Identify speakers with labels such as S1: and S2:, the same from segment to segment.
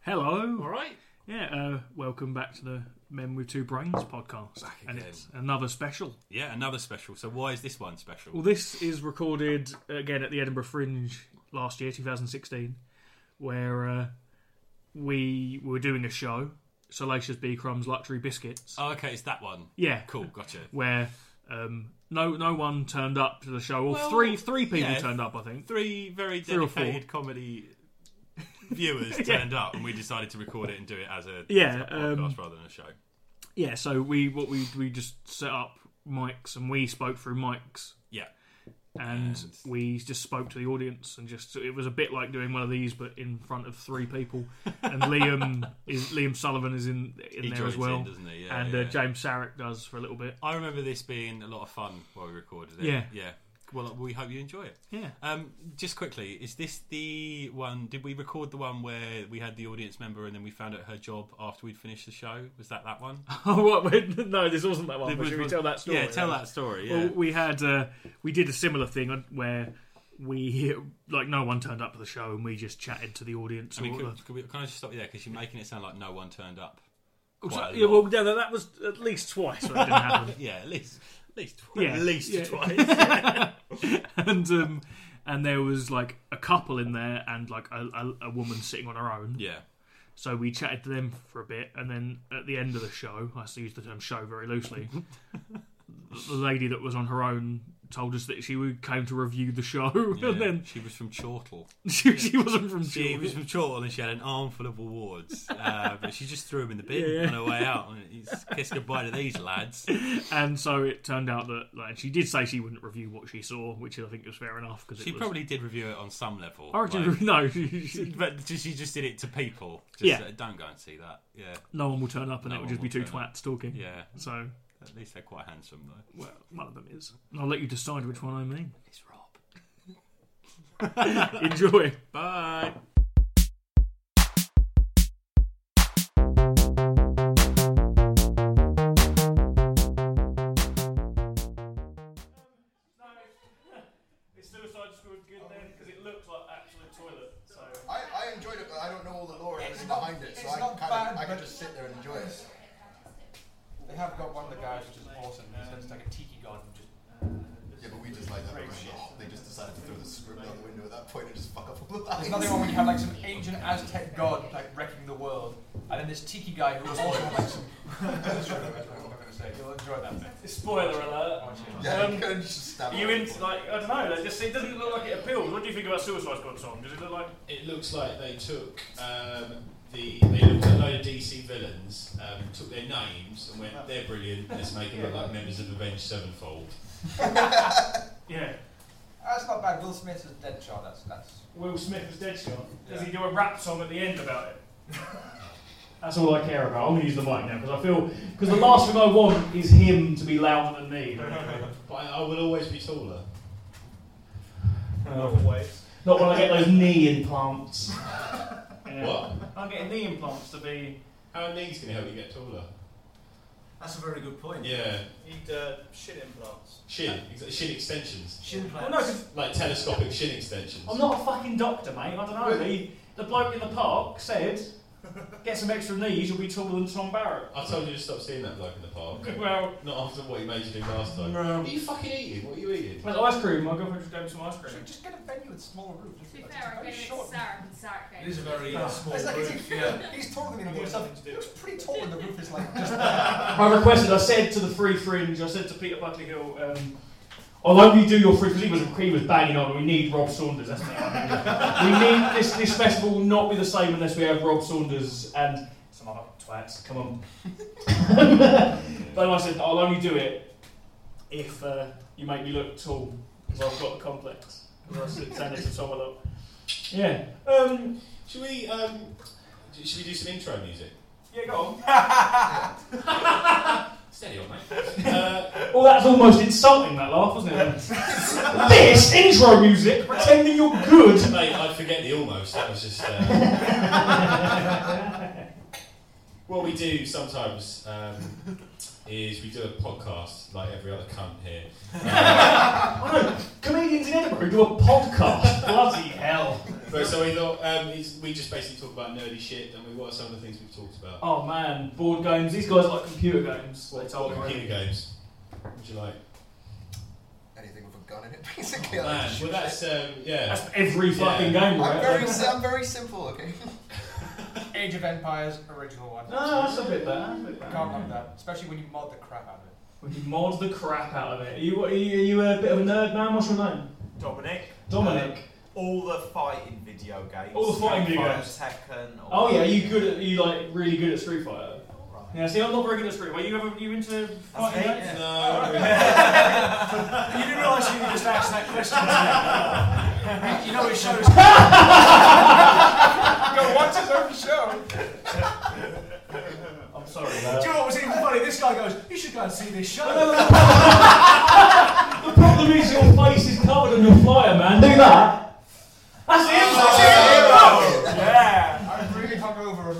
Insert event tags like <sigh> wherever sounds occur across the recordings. S1: Hello.
S2: All right.
S1: Yeah, uh, welcome back to the Men with Two Brains podcast.
S2: Back
S1: And
S2: again.
S1: it's another special.
S2: Yeah, another special. So why is this one special?
S1: Well, this is recorded again at the Edinburgh Fringe last year, 2016, where uh, we were doing a show, Salacious B Crumbs Luxury Biscuits.
S2: oh, okay, it's that one.
S1: yeah,
S2: Cool, gotcha.
S1: where um, no no one turned up to the show, or
S2: Well,
S1: three three people
S2: yeah.
S1: turned up, I think.
S2: Three very
S1: or four.
S2: dedicated comedy
S1: <laughs>
S2: viewers turned up, and we decided to record it and do it as a,
S1: Yeah,
S2: as a podcast
S1: um,
S2: rather than a show.
S1: Yeah, so we what we we just set up mics and we spoke through mics.
S2: Yeah.
S1: And,
S2: And-
S1: we just spoke to the audience and just it was a bit like doing one of these but in front of three people and
S2: <laughs>
S1: Liam is Liam Sullivan is in in
S2: He
S1: there as
S2: joins
S1: well
S2: in, doesn't he? Yeah,
S1: and Uh,
S2: yeah.
S1: James Sarek does for a little bit
S2: I remember this being a lot of fun while we recorded it.
S1: Yeah.
S2: Yeah. Well, we hope you enjoy it.
S1: yeah
S2: Um, just quickly, is this the one? Did we record the one where we had the audience member and then we found out her job after we'd finished the show? Was that that one?
S1: <laughs> oh what wait, no this wasn't that one
S2: Did
S1: but should we tell that story
S2: Yeah, tell
S1: then?
S2: that story. Yeah.
S1: Well, we had uh, we did a similar thing where we <laughs> like no one turned up to the show and we just chatted to the audience
S2: I mean,
S1: or-
S2: could, could we, can I just stop you there? Because you're making it sound like no one turned up.
S1: Oh, so-
S2: quite a
S1: yeah,
S2: lot.
S1: well, yeah, that was at least twice when it didn't happen.
S2: Yeah, at least, at least, twice.
S1: Yeah.
S2: at least
S1: Yeah.
S2: <laughs> twice.
S1: <laughs> and um, and there was like a couple in there and like a, a, a woman sitting on her own.
S2: yeah,
S1: So we chatted to them for a bit, and then at the end of the show, I still use the term "show" very
S2: <laughs>
S1: loosely. the lady that was on her own told us that she would- came to review the show, <laughs>
S2: yeah.
S1: and then
S2: she was from Chortle.
S1: she, she wasn't from
S2: She
S1: Georgia.
S2: was from Chortle, and she had an armful of awards, uh, <laughs> but she just threw them in the bin
S1: Yeah.
S2: on her way out. And it's kiss goodbye to these lads.
S1: <laughs> and so it turned out that like she did say she wouldn't review what she saw, which I think was fair enough because
S2: She
S1: it was,
S2: probably did review it on some level,
S1: I reckon- <laughs>
S2: like-
S1: no, she- she-
S2: but <laughs> she- she just did it to people. Just,
S1: Yeah.
S2: uh, don't go and see that. Yeah,
S1: no one will turn up, and
S2: No
S1: it would
S2: one
S1: just be
S2: will
S1: two
S2: turn
S1: twats talking.
S2: yeah.
S1: So
S2: At least they're quite handsome though.
S1: well, one of them is. I'll let you decide which one I mean.
S2: It's
S1: <laughs>
S2: Rob.
S1: Enjoy.
S2: Bye.
S1: <laughs> It's Suicide Squad good then because it looks like absolute toilet. So
S3: I, I enjoyed it, but I don't know all the lore and everything behind it, so
S4: it's
S3: I
S4: not
S3: can kind
S4: bad,
S3: of I can
S4: but-
S3: just sit there and enjoy it.
S4: They have got one of the guys which is awesome. He's it's like a tiki god and just
S3: Yeah, but we just like that. because, oh, they just decided to throw the script out the window at that point and just fuck up all the lines.
S4: there's nothing wrong when you have like some ancient Aztec god like wrecking the world, and then this tiki guy who was also like some. <laughs> That's true, that's what I'm gonna say. You'll enjoy that. bit.
S1: spoiler alert.
S3: <laughs> Yeah,
S1: Um,
S3: you could just stab
S1: Are you in
S3: it.
S1: like I don't know? It just it doesn't look like it appeals. What do you think about Suicide Squad song? Does it look like?
S5: It looks like they took um, the they looked at a load of DC villains, um, took their names and went, they're brilliant. Let's make them look like members of Avenged Sevenfold.
S1: Yeah.
S4: That's Ah, not bad. Will Smith was dead shot. That's that's.
S1: Will Smith as Deadshot. Does
S4: Yeah.
S1: he do a rap song at the end about it? <laughs> That's all I care about. I'm gonna use the mic now because I feel because the last thing I want is him to be louder than <laughs> me.
S5: But I, I will always be taller.
S1: Always. Not when I get those knee <laughs> implants. Yeah.
S5: What?
S1: I'm getting knee implants to be.
S5: How are knees going to help you get taller?
S6: That's a very good point.
S5: Yeah,
S6: Need uh, shin implants.
S5: shin ex- shin extensions,
S6: Shin
S1: Well,
S6: implants.
S1: no, 'cause
S5: like telescopic shin extensions.
S1: I'm not a fucking doctor, mate. I don't know. The, the bloke in the park said, "Get some extra knees, you'll be taller than Tom <laughs> Barrett."
S5: I told you to stop seeing that bloke in the park. <laughs>
S1: Well,
S5: Not after what he made you do last time. What are you fucking eating? What are you eating?
S1: there's ice cream. My girlfriend just gave me some ice
S4: Should we
S1: cream.
S4: just get a venue with smaller roof?
S7: To be
S4: It's
S7: fair,
S4: very
S7: I'm going to
S4: short.
S7: Sarah and Sarah
S6: It is a very uh, small
S4: It's like
S6: room.
S4: it's
S6: yeah.
S4: He's taller than me.
S6: I've
S4: He
S6: got
S4: looks
S6: nothing to do.
S4: looks pretty tall, and the roof is
S6: <laughs>
S4: like just. there.
S1: I requested. I said to the Free Fringe. I said to Peter Buckley Hill. Um, I'll only do your free because he was, he was banging on. We need Rob Saunders. That's not we need this. This festival will not be the same unless we have Rob Saunders and some other twats. Come on. <laughs> but I said I'll only do it if uh, you make me look tall because I've got a complex. 'Cause I sit down next to someone up. Yeah. Um,
S5: Should we um, should we do some intro music?
S1: yeah. Go
S4: <laughs>
S1: on.
S5: Steady on, mate. uh,
S1: Well, that's almost insulting, that laugh, wasn't it?
S7: <laughs>
S1: this intro music, pretending you're good.
S5: Mate, I forget the almost. That was just. Uh...
S8: uh,
S5: what we do sometimes um,
S8: is we do a podcast like every other cunt here.
S9: I know, comedians in Edinburgh do a
S7: <laughs>
S9: podcast. Bloody hell.
S8: But so we thought um, it's, we just basically talk about nerdy shit, and we what are some of the things we've talked about?
S9: Oh man, board games. These guys like computer games. They
S8: What,
S9: told
S8: what
S9: me.
S8: computer games would you like?
S5: Anything with a gun in it, basically. I like to
S8: Man,
S5: shoot
S8: well that's
S5: shit.
S8: um, yeah.
S9: That's every fucking
S8: Yeah.
S9: game,
S5: I'm
S9: right?
S5: very, si- I'm very simple, okay?
S4: <laughs> Age of Empires, original one.
S9: No, that's a bit bad. That's a bit bad.
S4: Can't love that, especially when you mod the crap out of it.
S9: Would you mod the crap out of it? Are you, are you, are you a bit of a nerd man? What's your name?
S7: Dominic.
S9: Dominic.
S7: Um, all the fighting video games.
S9: All the fighting video
S7: Fire
S9: games.
S7: Tekken. all
S9: Oh yeah, are
S7: that.
S9: you good at, are you like really good at Street Fighter?
S5: Alright.
S9: Yeah, see, I'm not very good at Street Fighter. You ever, you into fighting
S7: me,
S9: games?
S7: yeah.
S8: No,
S7: You didn't realise you just asked that question. did you? <laughs> you know it shows.
S4: Go watch his own show.
S9: I'm sorry. <laughs>
S7: Do you know what was even funny? This guy goes, "You should go and see this show."
S9: the problem is your face is covered in the fire, man. Do that. That's it. That's it.
S7: yeah.
S4: I'm really
S9: <laughs>
S4: hungover. we,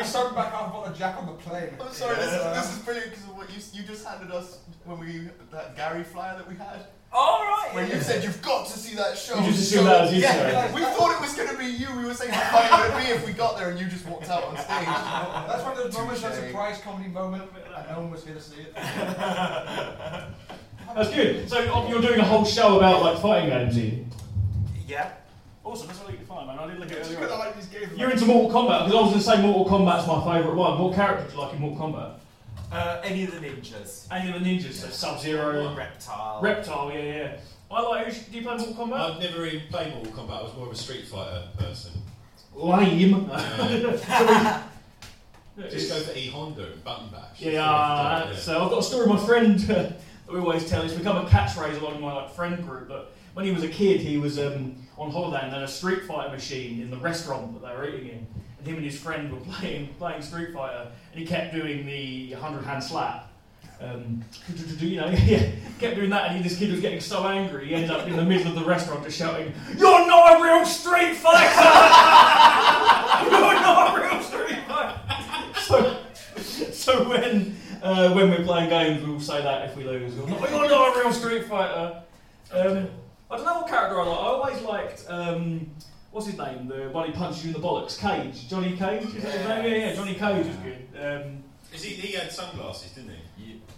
S4: we started back off about the Jack on the plane.
S5: I'm sorry, this, is, this is brilliant because of what you, s- you just handed us when we that Gary flyer that we had.
S4: All right.
S5: When you said you've got to see that show.
S9: You just
S5: So-
S9: assume that as you
S5: yeah,
S9: say.
S5: we thought it was going to be you. We were saying how funny it would be if we got there and you just walked out on stage.
S4: <laughs> That's one of those moments, that
S5: Touche.
S4: surprise comedy moment, and no one was here to see it.
S9: That's good. So oh, you're doing a whole show about like fighting games, are you?
S7: Yeah.
S9: Awesome. That's really fine, man. I did look
S4: Just 'cause I like these games.
S9: You're into Mortal Kombat because I was going to say Mortal Kombat's my favourite one. What character do you like in Mortal Kombat?
S7: Uh, any of the ninjas.
S9: Any of the ninjas, so Sub Zero,
S7: Reptile.
S9: Reptile, yeah, yeah. I like. who's- Do you play Mortal Kombat?
S8: I've never even played Mortal Kombat. I was more of a Street Fighter person.
S9: Lame. <laughs>
S8: Uh, just go
S9: yeah,
S8: for E Honda and button bash.
S9: yeah. uh, So I've got a story. My friend <laughs> uh, that we always tell. It's become a catchphrase along my like friend group. But when he was a kid, he was um, on holiday and they had a Street Fighter machine in the restaurant that they were eating in, and him and his friend were <laughs> playing playing Street Fighter, and he kept doing the hundred hand slap. Um, <laughs> you know, yeah, kept doing that, and he, this kid was getting so angry, he ended up in the middle of the restaurant just shouting, "You're not a real Street Fighter! <laughs> You're not a Oh, real Street Fighter!" So, <laughs> so when uh, when we're playing games, we'll say that if we lose, we'll not, "You're not a real Street Fighter." Um, I don't know what character I like. I always liked um, what's his name, the one who punches you in the bollocks, Cage, Johnny Cage. Is that his name? Yeah, yeah, Johnny Cage is good. Um,
S8: Is he, he had sunglasses, didn't he?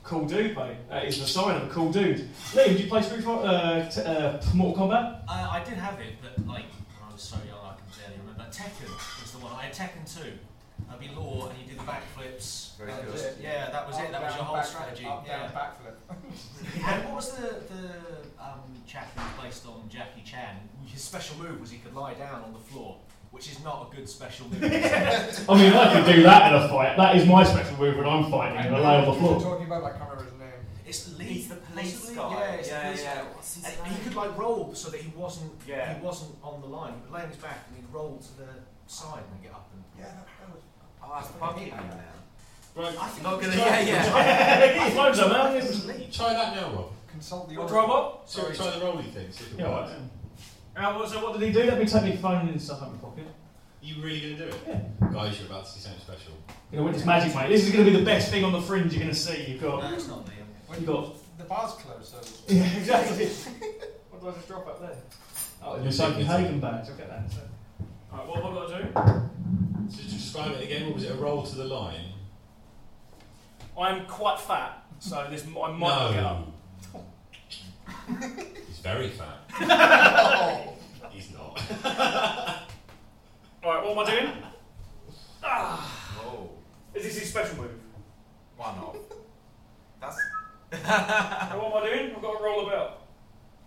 S9: Cool dude, mate. That is the sign of a cool dude. Liam, do you play Street Fighter, uh, t- uh, Mortal Kombat?
S10: Uh, I did have it, but like when I was so young, I can barely remember. Tekken was the one. I had Tekken 2. That'd be Law, and you do the backflips.
S5: Very
S9: Oh,
S10: That
S5: good.
S10: was it. Yeah, that was it. That was your whole strategy.
S4: Up, down, <laughs>
S10: Yeah.
S4: backflip.
S10: And what was the the um, chap who was based on Jackie Chan? His special move was he could lie down on the floor, which is not a good special move.
S9: I mean, I could do that in a fight. That is my special move when I'm fighting
S4: I
S9: and I
S4: know
S9: lay on
S4: what
S9: the
S4: you were
S9: <laughs> floor.
S4: talking about, but I can't remember his name.
S10: It's Lee.
S7: He's the police
S10: possibly?
S7: guy.
S10: Yeah, it's
S7: Yeah,
S10: the police
S7: yeah.
S10: guy. And Uh, he could like roll so that he wasn't
S7: Yeah.
S10: he wasn't on the line. He would lay on his back and he'd roll to the side and get up and
S7: Yeah, that, that was. I'll have to bug you now.
S9: <laughs>
S8: Right,
S10: I think
S7: Not
S10: it
S7: gonna.
S10: was-
S7: Yeah, yeah.
S9: Get your phones up, man.
S10: it was Lee.
S8: try that now, Rob.
S4: Consult the
S9: What,
S4: order.
S9: drive up?
S8: So
S4: Sorry.
S8: try the rolling thing. see if it
S9: Yeah, all right.
S8: works.
S9: Uh, what- so what did he do? Let me take my phone and stuff out of my pocket.
S8: You really gonna do it? Guys, you're about to see something special.
S9: You know, it's magic, mate. This is going to be the best thing on the fringe you're going to see. You've got...
S10: No, it's not Liam.
S4: Wait,
S9: You got- <laughs>
S4: The bar's closed, so.
S9: Yeah, exactly. what did I just drop up there? Oh, the Copenhagen badge. I'll get that. in a sec. Alright, what have I got to do?
S8: So to describe it again, what was it? A roll to the line?
S9: I'm quite fat, so this I might not get up.
S8: No. <laughs> He's very fat. He's not.
S9: Alright, what am I doing? Ah.
S7: Oh,
S9: Is this his special move?
S7: one off. That's
S9: And <laughs> what am I doing? I've got to roll about.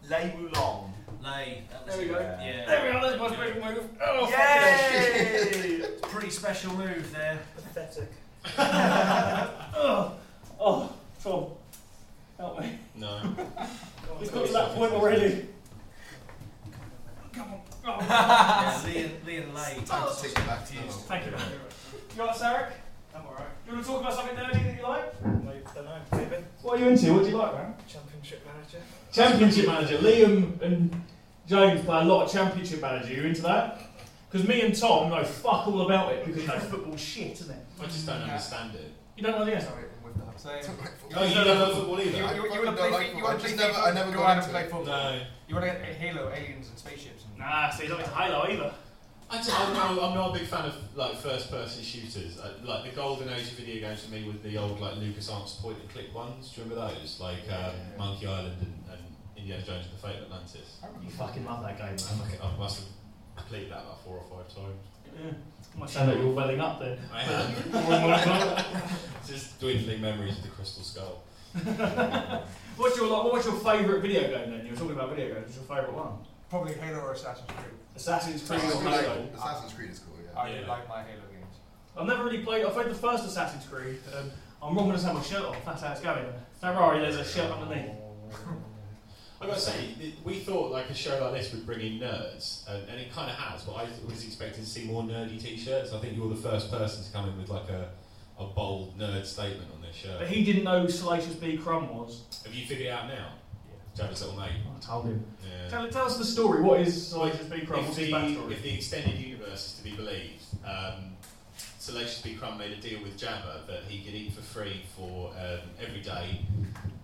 S7: Lei Wulong.
S10: Lay. That was
S9: There we
S10: it.
S9: go.
S10: Yeah.
S9: There we are, that's my special move. Oh,
S7: Yay!
S10: Pretty special move there.
S7: Pathetic.
S9: fuck. Oh, Tom, help me.
S8: No.
S9: He's got to that point already. Come on. Oh,
S10: Yeah, Lee and Lee and Lay.
S5: I'll take it back to you.
S9: thank you, man. You alright, Sarek?
S7: I'm alright.
S9: You want to talk about something nerdy that you like?
S7: don't know, maybe.
S9: What are you into? What do you like, man?
S7: Championship manager.
S9: Championship manager. Liam and James play a lot of championship manager. You into that? Because me and Tom know fuck all about it because you know football's shit, isn't it?
S8: I just don't understand it.
S9: You don't know the answer.
S4: Sorry, with that. So,
S8: Oh, you don't love football either?
S4: you, you, you, want to play?
S5: I
S4: fi- You want to
S5: just
S4: play?
S5: never, I
S4: FIFA?
S5: never
S4: Go
S5: got
S4: out
S5: into
S4: and play
S5: it.
S4: football.
S8: No.
S4: You want to get Halo, aliens, and spaceships? And
S9: Nah, so he's not into Halo either.
S8: I don't, I'm, not, I'm not a big fan of like first-person shooters. I, like the golden age of video games for me was the old like LucasArts point-and-click ones. Do you remember those? Like um,
S5: Yeah.
S8: Monkey Island and, and Indiana Jones and the Fate of Atlantis.
S9: You fucking love that game,
S8: I, fucking, I must have completed that about four or five
S9: <laughs>
S8: times.
S9: man. Yeah. I sound like you're welling up <laughs> then.
S8: I am
S9: what's
S8: just dwindling memories of the Crystal Skull.
S9: your like, what's your favourite video game then? You were talking about video games. What's your favourite one?
S4: probably Halo or Assassin's Creed.
S9: Assassin's Creed or
S5: Assassin's
S9: Halo.
S5: Creed- Assassin's Creed is cool, yeah.
S4: I do
S8: Yeah.
S4: like my Halo games.
S9: I've never really played. I played the first Assassin's Creed. Um, I'm wrong. Gonna have my shirt on. That's how it's going. Ferrari, there's a shirt underneath.
S8: I gotta say, th- we thought like a show like this would bring in nerds, and, and it kind of has. But I was expecting to see more nerdy T-shirts. I think you were the first person to come in with like a, a bold nerd statement on this
S9: But
S8: shirt.
S9: he didn't know who Salacious B. Crumb was.
S8: Have you figured it out now? Yeah. Travis little mate.
S9: I told him.
S8: Yeah.
S9: Tell, tell us the story. What is Salacious B. Crumb?
S8: If
S9: What's his
S8: the,
S9: backstory?
S8: if the extended universe is to be believed, um, Salacious B. Crumb made a deal with Jabba that he could eat for free for um, every day,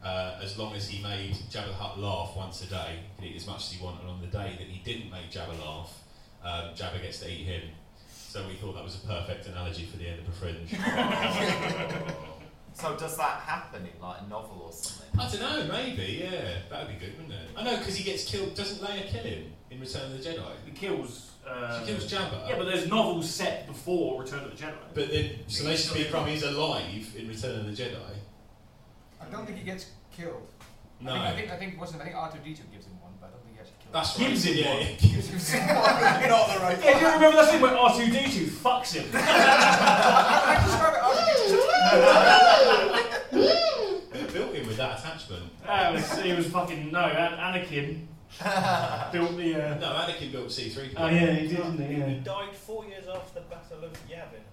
S8: uh, as long as he made Jabba the Hutt laugh once a day. He could eat as much as he wanted. On the day that he didn't make Jabba laugh, um, Jabba gets to eat him. So we thought that was a perfect analogy for the end of
S9: <laughs>
S8: the fringe.
S5: <laughs>
S11: So does that happen in like a novel or something?
S8: I don't know, maybe, yeah. That would be good, wouldn't it? I know, because he gets killed. Doesn't Leia kill him in Return of the Jedi?
S9: He kills. Uh,
S8: She kills Jabba.
S9: Yeah, but there's novels set before Return of the Jedi.
S8: But then Salacious B. Crumb is alive in Return of the Jedi.
S4: I don't think he gets killed.
S8: No.
S4: I think I think, I think wasn't I think R two D two gives him one, but I don't think he actually kills.
S8: That's right.
S9: Gives him
S8: yeah,
S9: one.
S8: yeah, gives
S4: <laughs>
S8: him- <laughs>
S5: Not the right
S9: yeah, do you remember that scene where R2D2 fucks him?
S4: I, I describe it R2D2
S8: They built him with that attachment.
S9: <laughs> That was, he was fucking no. An- <laughs> Anakin built the. Uh,
S8: No, Anakin built C3.
S9: oh yeah, he did, didn't he? Yeah.
S7: died four years after the Battle of Yavin,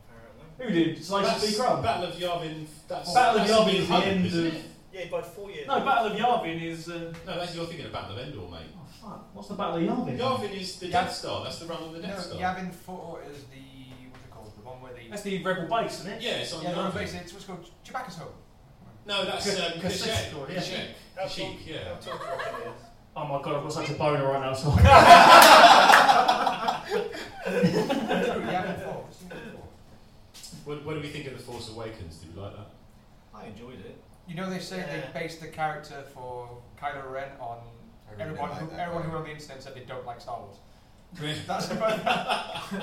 S7: apparently.
S9: Who did? Salacious
S8: That's
S9: Oh, B. Crumb.
S8: Battle of Yavin. That's,
S9: Battle of
S8: that's
S9: Yavin
S8: New
S9: is the
S8: Hope,
S9: end of.
S8: isn't it?
S7: Yeah, he died four years.
S9: No, Battle of Yavin is. Uh,
S8: No, that's, you're thinking of Battle of Endor, mate.
S9: oh, fuck. What's the Battle of Yavin?
S8: Yavin is the Death Star. That's the run on the
S4: No,
S8: Death Star.
S4: Yavin 4 is the, what's it called, the one where they,
S9: That's the Rebel base, isn't it?
S8: Yeah, it's on
S4: yeah, the one
S8: Yavin.
S4: base, it's what's called Chewbacca's
S8: <laughs>
S4: home.
S8: No, that's um,
S9: Ca- Cassette
S8: Kashyyyk.
S9: story, yeah.
S8: Kashyyyk.
S7: That's
S8: Kashyyyk, yeah.
S9: Oh my god, I've got such a boner right now. So
S4: True, Yavin 4. it's in Yavin 4.
S8: What, what do we think of The Force Awakens? Do we like that?
S10: I enjoyed it.
S4: You know they say
S7: Yeah.
S4: they based the character for Kylo Ren on
S5: I really
S4: everyone,
S5: like
S4: who,
S5: that
S4: everyone
S5: guy.
S4: who on the internet said they don't like Star Wars.
S8: Really?
S4: That's about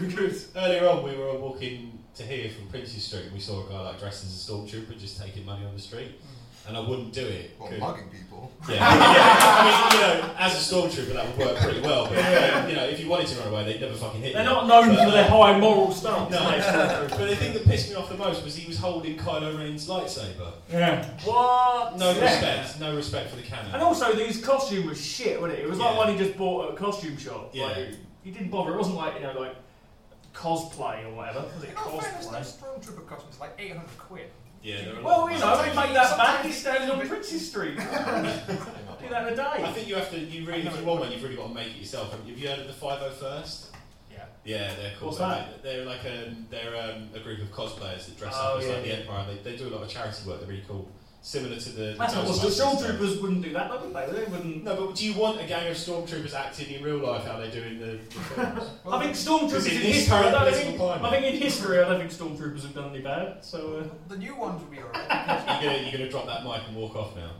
S8: Because earlier on we were all walking to here from Prince's Street and we saw a guy like dressed as a stormtrooper just taking money on the street. And I wouldn't do it.
S5: Well,
S8: 'cause-
S5: mugging
S4: <laughs>
S5: people.
S8: yeah, <laughs> yeah. I mean, you know, as a stormtrooper that would work pretty well. <laughs> But um, you know, if you wanted to run away, they'd never fucking hit
S9: they're
S8: you.
S9: not known
S8: But,
S9: for their
S8: uh,
S9: high moral stance.
S8: No.
S9: mate.
S8: But the thing that pissed me off the most was he was holding Kylo Ren's lightsaber.
S9: yeah. What?
S8: No
S9: Yeah.
S8: respect, no respect for the
S9: And
S8: canon.
S9: also, his costume was shit, wasn't it? It was like
S8: Yeah.
S9: one he just bought at a costume shop.
S8: Yeah.
S9: Like, he didn't bother. It wasn't like you know, like cosplay or whatever. Was it
S4: In all fairness,
S9: cosplay?
S4: those Stormtrooper costumes are like 800 quid.
S8: Yeah, there are a lot
S9: Well,
S8: of
S9: you know,
S8: money.
S9: they make that back. He stands on Prince's Street. <laughs> Do that in a
S8: I
S9: day.
S8: think you have to. You really, if you want one, you've really got to make it yourself. Have you heard of the Five O First?
S9: Yeah.
S8: Yeah, they're cool.
S9: What's
S8: They're-
S9: that?
S8: They're like a they're um, a group of cosplayers that dress
S9: Oh,
S8: up as
S9: yeah,
S8: like
S9: yeah.
S8: the Empire. They, they do a lot of charity work. They're really cool, similar to the. the
S9: That's
S8: Toast
S9: of course, the
S8: Masters stuff.
S9: stormtroopers wouldn't do that, would they? They wouldn't.
S8: No, but do you want a gang of stormtroopers acting in real life how they do in the, the
S9: <laughs>
S8: films?
S9: I think stormtroopers
S8: Because
S9: in
S8: in this
S9: history. I,
S8: current
S9: don't
S8: political
S9: think,
S8: climate-
S9: I think in history, I don't think stormtroopers have done any bad. So uh,
S4: The new ones would be alright.
S9: <laughs>
S8: you're gonna you're gonna drop that mic and walk off now.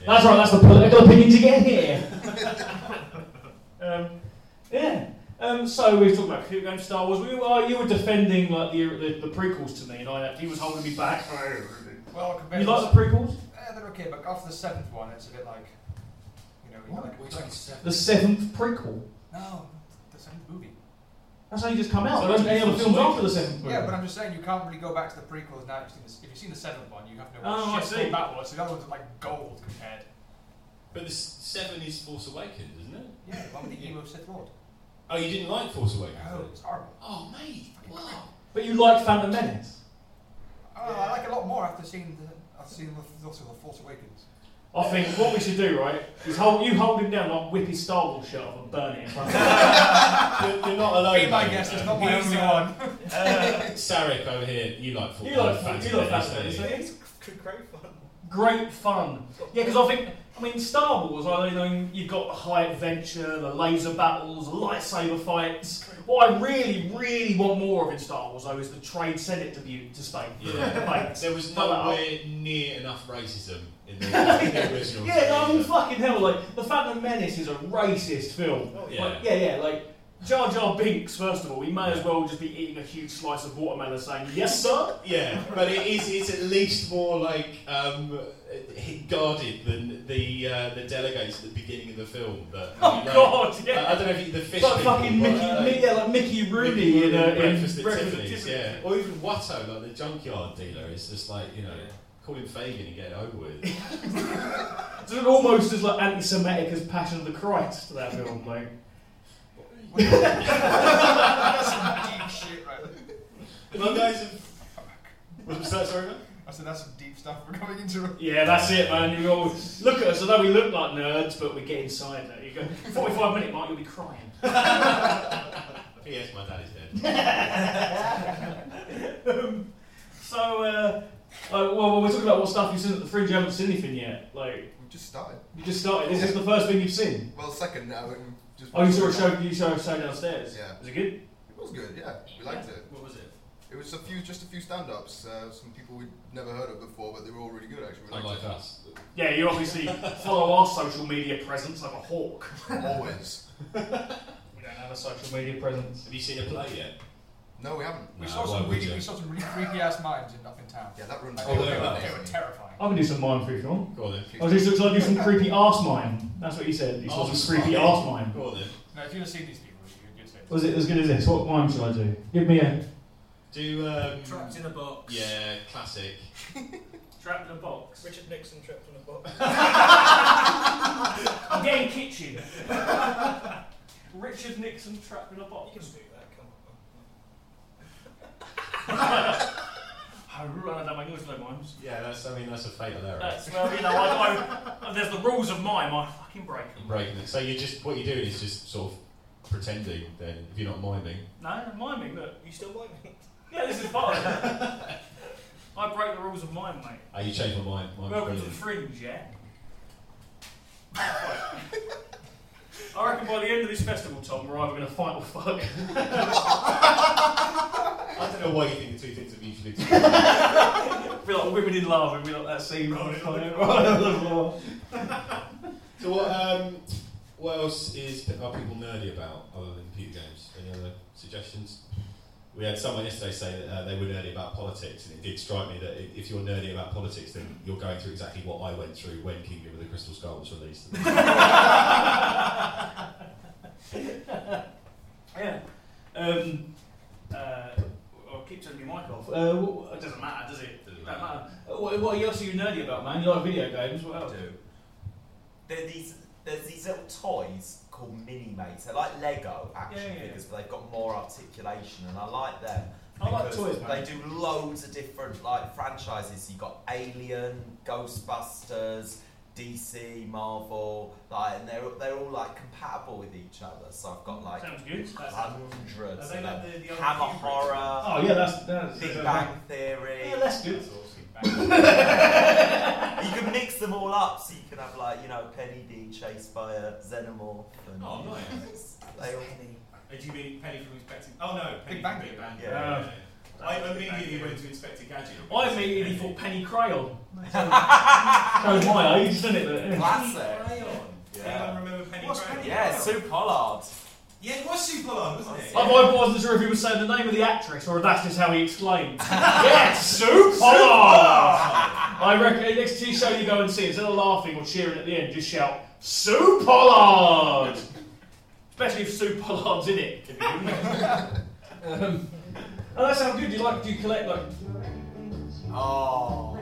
S8: Yeah.
S9: that's right. That's the political opinion to get here. <laughs> um, yeah. Um, so we were talking about computer games, Star Wars. We were, uh, you were defending like the, the the prequels to me, and I he was holding me back.
S4: well,
S9: You
S4: compared to
S9: like the prequels?
S4: Eh, they're okay, but after the seventh one, it's a bit like, you know, you're like,
S9: The seventh prequel.
S4: no, the seventh movie.
S9: That's only just come out. There aren't any other films after the seventh prequel.
S4: Yeah, but I'm just saying you can't really go back to the prequels now. You've seen this, if you've seen the seventh one, you have no
S9: Oh, I
S4: shit
S9: see.
S4: thought that was. So the other ones are like gold compared.
S8: But the s- seven is Force Awakens, isn't it?
S4: Yeah, the one with the emo Sith Lord.
S8: Oh, you didn't like Force Awakens?
S4: Oh, it's horrible.
S8: Oh, mate! Wow.
S9: But you like Phantom Menace.
S4: Oh, I like it a lot more after seeing the after seeing the, also the Force Awakens.
S9: I think what we should do, right, is hold you hold him down, like whip his Star Wars shirt off and burn it in <laughs> front of him.
S5: You're, you're not alone.
S4: Be my
S5: though.
S4: guest, it's
S8: uh,
S4: not my
S7: he's,
S4: only
S7: uh,
S4: one.
S8: Sarek over here, you like football.
S9: You like
S8: fancy
S9: you like
S8: tennis,
S9: Fast
S8: don't you?
S7: It's
S5: <laughs>
S7: great fun.
S9: Great fun. Yeah, because I think, I mean, Star Wars, I mean, you've got the high adventure, the laser battles, the lightsaber fights. What I really, really want more of in Star Wars, though, is the trade Senate debut to Spain. <laughs>
S8: Yeah.
S9: Mate.
S8: There was
S9: Hello.
S8: nowhere near enough racism
S9: <laughs>
S8: in the, in the original.
S9: Yeah, no, I mean,
S8: series.
S9: fucking hell, like, The Phantom Menace is a racist film.
S8: Oh, yeah.
S9: Like, yeah, yeah, like, Jar Jar Binks, first of all, he may as well just be eating a huge slice of watermelon saying, yes, sir.
S8: Yeah, but it is it's at least more like um, guarded than the uh, the delegates at the beginning of the film. That,
S9: Oh,
S8: you know,
S9: <laughs> God, yeah.
S8: I, I don't know if you, the fish.
S9: Like
S8: people,
S9: fucking
S8: what
S9: Mickey,
S8: are they?
S9: Mi- yeah, like Mickey Rooney
S8: Mickey
S9: in, uh,
S8: Rooney
S9: in
S8: Breakfast at
S9: Breakfast at
S8: Tiffany's, yeah. Or even Watto, like the junkyard dealer, is just like you know, call him Fagin and get it over with.
S9: It's almost as like anti-Semitic as Passion of the Christ. That film, like
S4: That's some deep shit right there.
S8: Have you guys have. What's that, sorry? man?
S4: I said that's some deep stuff we're coming into. it.
S9: yeah, that's it, man. You all look at us. Although we look like nerds, but we get inside. There you go. Forty-five minute mark, you'll be crying.
S8: P.S. My dad is
S9: <laughs>
S8: dead.
S9: um, so, uh, like, well, we're talking about what stuff you've seen at the fringe. You haven't seen anything yet. Like
S5: We've just started.
S9: you just started. Is this the first thing you've seen?
S5: Well, second now. And just
S9: Oh, you saw a show. You saw a show downstairs.
S5: Yeah.
S9: Was it good?
S5: It was good. Yeah, we liked it.
S7: What was it?
S5: It was a few, just a few stand-ups. Uh, some people we'd never heard of before, but they were all really good. Actually, we liked
S8: Unlike
S5: it.
S8: us.
S9: Yeah, you obviously follow our social media presence like a hawk.
S5: Always.
S9: We don't have a social media presence.
S8: Have you seen a play yet?
S5: No, we haven't.
S4: We
S8: No,
S4: saw
S8: why
S4: some
S8: would
S4: really,
S8: you?
S4: we saw some really freaky ass minds in Nothing Town.
S5: Yeah, that runs.
S4: Like,
S8: Oh,
S4: they, were,
S8: yeah.
S4: they were-
S8: yeah.
S4: they were terrifying.
S9: I can do some mime for you if you want.
S8: Go on then.
S9: I was just looks like you some creepy arse mime. That's what he said. He saw some creepy arse mime.
S8: Go on then.
S4: No, if you'd have seen these people, you'd, you'd say.
S9: Was it as good as this? What mime should I do? Give me a.
S8: Do um,
S7: Trapped in a box.
S8: yeah, classic.
S9: Trapped in a box.
S7: Richard Nixon trapped in
S9: <laughs>
S7: a box.
S9: I'm getting
S7: <laughs>
S9: kitchen. Richard Nixon trapped in a box.
S7: You can do that. Come on.
S9: <laughs> I run out of my English no mimes.
S8: Yeah, that's. I mean, that's a fatal error.
S9: That's well, you know, I, I, there's the rules of mime. I fucking break them.
S8: breaking it. So you're just what you're doing is just sort of pretending. Then if you're not miming,
S9: No, miming. Look,
S7: You still like me?
S9: yeah, this is part of it. I break the rules of mime, mate.
S8: oh, you change my mind. Mine's
S9: Welcome to the
S8: brilliant.
S9: fringe, yeah? I reckon by the end of this festival, Tom, we're either going to fight or fuck. <laughs>
S8: I don't know why you think the two things are mutually exclusive.
S9: Be like women in love and be like that scene rolling on the floor.
S8: so what? Um, what else is are people nerdy about other than computer games? Any other suggestions? We had someone yesterday say that uh, they were nerdy about politics, and it did strike me that i- if you're nerdy about politics, then you're going through exactly what I went through when Kingdom of the Crystal Skull was
S7: <laughs>
S8: released.
S9: Yeah. <laughs> Um, uh, I'll keep turning your mic off. Uh, wh- it doesn't matter, does it?
S8: Doesn't
S9: Don't matter. Uh, What, what else are you nerdy about, man? You like video games? What else?
S11: do. There are these, there's these little toys called mini mates. They're like Lego action
S9: Yeah, yeah, yeah.
S11: figures, but they've got more articulation, and I like them.
S9: I like
S11: because
S9: toys, man.
S11: They do loads of different like franchises. You got Alien, Ghostbusters, DC, Marvel, like, and they're they're all like compatible with each other. So I've got like
S9: Sounds good. That's-
S11: hundreds.
S7: Are they
S11: of
S7: like
S11: them.
S7: the- the old
S11: Hammer
S7: Hubris?
S11: horror,
S9: Oh, yeah, that's. that's
S11: Big
S9: that's-
S11: Bang Theory.
S9: Yeah, that's good.
S11: You can mix them all up, so you can have like you know Penny being chased by a xenomorph. And
S7: Oh,
S11: They all-
S7: Did you mean Penny from Inspecting? Oh no, Penny
S4: Big Bang
S7: from Big Bang.
S11: Yeah.
S9: <laughs> Uh,
S7: I immediately went to Inspector Gadget.
S9: I immediately thought Penny Crayon. That was my age, isn't it? But, yeah.
S11: classic.
S7: Anyone
S11: Yeah.
S7: remember Penny
S4: What's
S7: Crayon?
S4: Penny?
S11: Yeah, Sue Pollard.
S7: Yeah, it was Super Love, wasn't it?
S9: I I wasn't sure if he was saying the name of the actress or if that's just how he explained. yes, Sue Pollard! I reckon next to show you go and see, instead of laughing or cheering at the end, just shout, Sue Pollard! Especially if Sue Pollard's in it. um, oh, that sounds good. Do you like, do you collect, like,
S11: Oh,
S7: I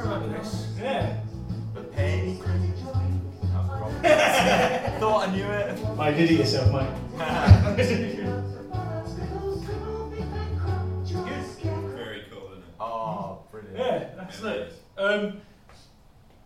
S7: remember this.
S9: yeah.
S11: the Penny. <laughs> Thought I knew it.
S9: Mate, did it yourself, mate. <laughs>
S7: Very cool, isn't it?
S11: Oh, brilliant.
S9: yeah, that's it. Um,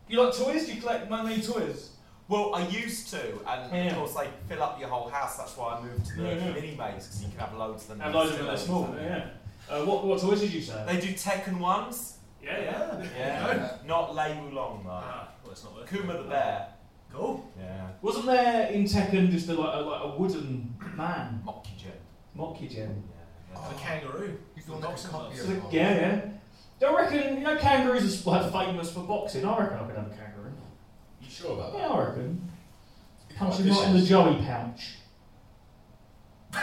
S9: You like toys? Do you collect man-made toys?
S11: Well, I used to, and
S9: Yeah.
S11: of course they fill up your whole house. That's why I moved to the
S9: Yeah, yeah.
S11: mini maze because you can have loads of them.
S9: And loads of them are small. Yeah. Uh, what what toys did you say?
S11: They do Tekken ones.
S9: Yeah, yeah.
S11: Yeah. Not Lei Wulong though.
S7: Ah, well, it's not worth
S11: Kuma the bear.
S7: Cool.
S11: Yeah.
S9: Wasn't there in Tekken just a, like a, like a wooden man
S11: Mokujin.
S9: Mokujin?
S11: Yeah.
S7: The kangaroo.
S5: He's the one that
S7: Boxing
S5: can copy
S7: gloves.
S9: So, yeah, yeah. Do I reckon you know kangaroos are like famous for boxing? I reckon I could have a kangaroo.
S8: You sure about that?
S9: Yeah, I reckon.
S8: You're
S9: Punch
S8: quite
S9: him right in the
S8: vicious.
S9: joey pouch. <laughs>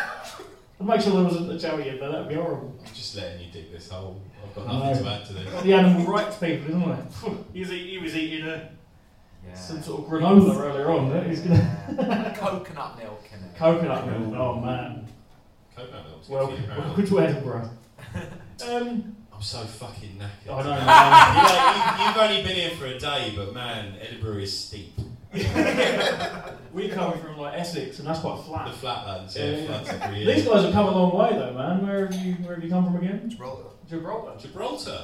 S9: I'd make sure there wasn't a joey in there. That'd be horrible.
S8: I'm just letting you dig this hole. I've got
S9: No.
S8: nothing to add to this.
S9: The animal rights people, isn't it? he, was eat, he was eating a,
S11: Yeah.
S9: some
S11: <laughs>
S9: <laughs> sort of granola earlier on. That he's gonna <laughs>
S11: Yeah. Coconut milk in it.
S9: coconut milk. Oh man.
S8: Coconut milk's good
S9: Well,
S8: for you, apparently.
S9: welcome to <laughs> Edinburgh. Um,
S8: I'm so fucking knackered.
S9: I know.
S8: You
S9: man. <laughs>
S8: know, you, you've only been here for a day, but man, Edinburgh is steep.
S9: We come from like Essex, and that's quite
S8: The
S9: flat.
S8: flatlands,
S9: Yeah,
S8: yeah,
S9: yeah.
S8: flats are really-
S9: These guys have come a long way though, man. Where have you Where have you come from again?
S5: Gibraltar.
S9: Gibraltar.
S8: Gibraltar.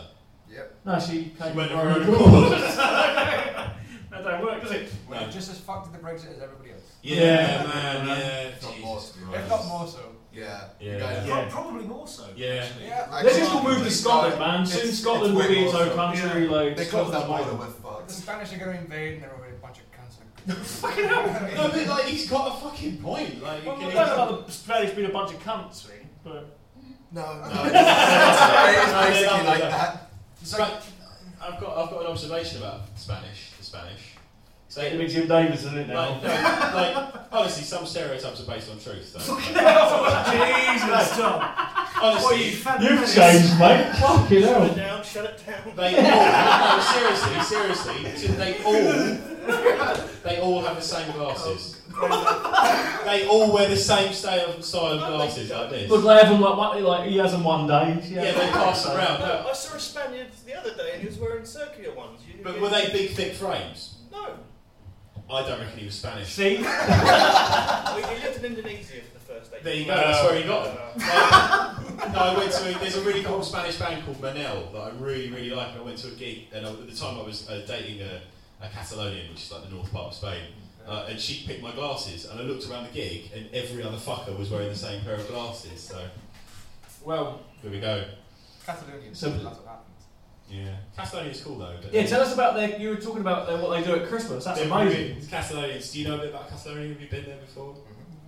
S5: Yep.
S9: No, she came
S8: went
S9: from
S8: around the
S9: Gibraltar. <laughs> that don't work, does it?
S8: No.
S4: We're just as fucked at the Brexit as everybody else.
S8: Yeah,
S9: Yeah.
S8: man, yeah.
S5: Not
S8: Jesus
S5: more, to be
S4: If
S5: honest.
S4: not more so.
S5: Yeah.
S8: Yeah.
S5: You guys.
S9: Yeah.
S7: Pro- Probably more so.
S8: Yeah.
S7: actually.
S4: Yeah.
S5: I
S9: Let's
S5: can't
S9: just all move to
S5: believe
S9: Scotland,
S5: that.
S9: man. Soon
S5: It's-
S9: Scotland
S5: it's
S9: will
S5: way
S9: be its
S5: more
S9: own
S5: so.
S9: country. Like
S5: They closed that
S9: Scotland's
S5: border,
S9: mine.
S5: we're fucked.
S4: The Spanish are going to invade and they're already a bunch of cunts.
S9: Fucking hell.
S8: No, but like he's got a fucking point. Like, you
S9: Well,
S8: can
S9: I don't know about the Spanish being a bunch of cunts, really, but
S5: No, no. <laughs>
S8: No.
S5: It's basically
S8: No,
S5: like
S8: no, no.
S5: that.
S8: Spa- I've got I've got an observation about Spanish. The Spanish. So,
S9: it'll
S8: like,
S9: be Jim Davis, isn't it? Now.
S8: no, like honestly, some stereotypes are based on truth. <laughs>
S9: <laughs>
S7: <laughs>
S8: Though.
S7: Jesus, Tom. What are you,
S8: honestly,
S7: fan
S9: You've
S7: of
S9: changed, mate. Fucking
S7: Shut
S9: hell.
S7: it down, shut it down.
S8: they all no, seriously, seriously, they all they all have the same glasses. They all wear the same style- style of glasses like this.
S9: Look, they have them like, one- like he has them one day. she has
S8: Yeah,
S9: them
S8: they
S9: one
S8: pass
S9: day.
S8: around.
S7: No,
S8: No.
S7: I saw a Spaniard the other day and he was wearing circular ones. You-
S8: But were they big, thick frames?
S7: No.
S8: I don't reckon he was Spanish.
S9: See?
S7: We he lived in Indonesia for the first eight
S8: There you
S7: years.
S8: go. That's where he got them.
S7: Uh,
S8: <laughs> no, I went to a, there's a really cool Spanish band called Manel that I really really like. And I went to a gig, and I, at the time I was uh, dating a, a Catalonian, which is like the north part of Spain. Uh, and she picked my glasses, and I looked around the gig, and every other fucker was wearing the same pair of glasses. So
S9: Well,
S8: there we go.
S4: Catalonians.
S9: So-
S4: that's what happens.
S8: Yeah, Catalonia's cool though. but-
S9: yeah, tell us about their. You were talking about their, what they do at Christmas. That's
S8: They're
S9: amazing.
S8: brilliant. Catalonians. Do you know a bit about Catalonia? Have you been there before?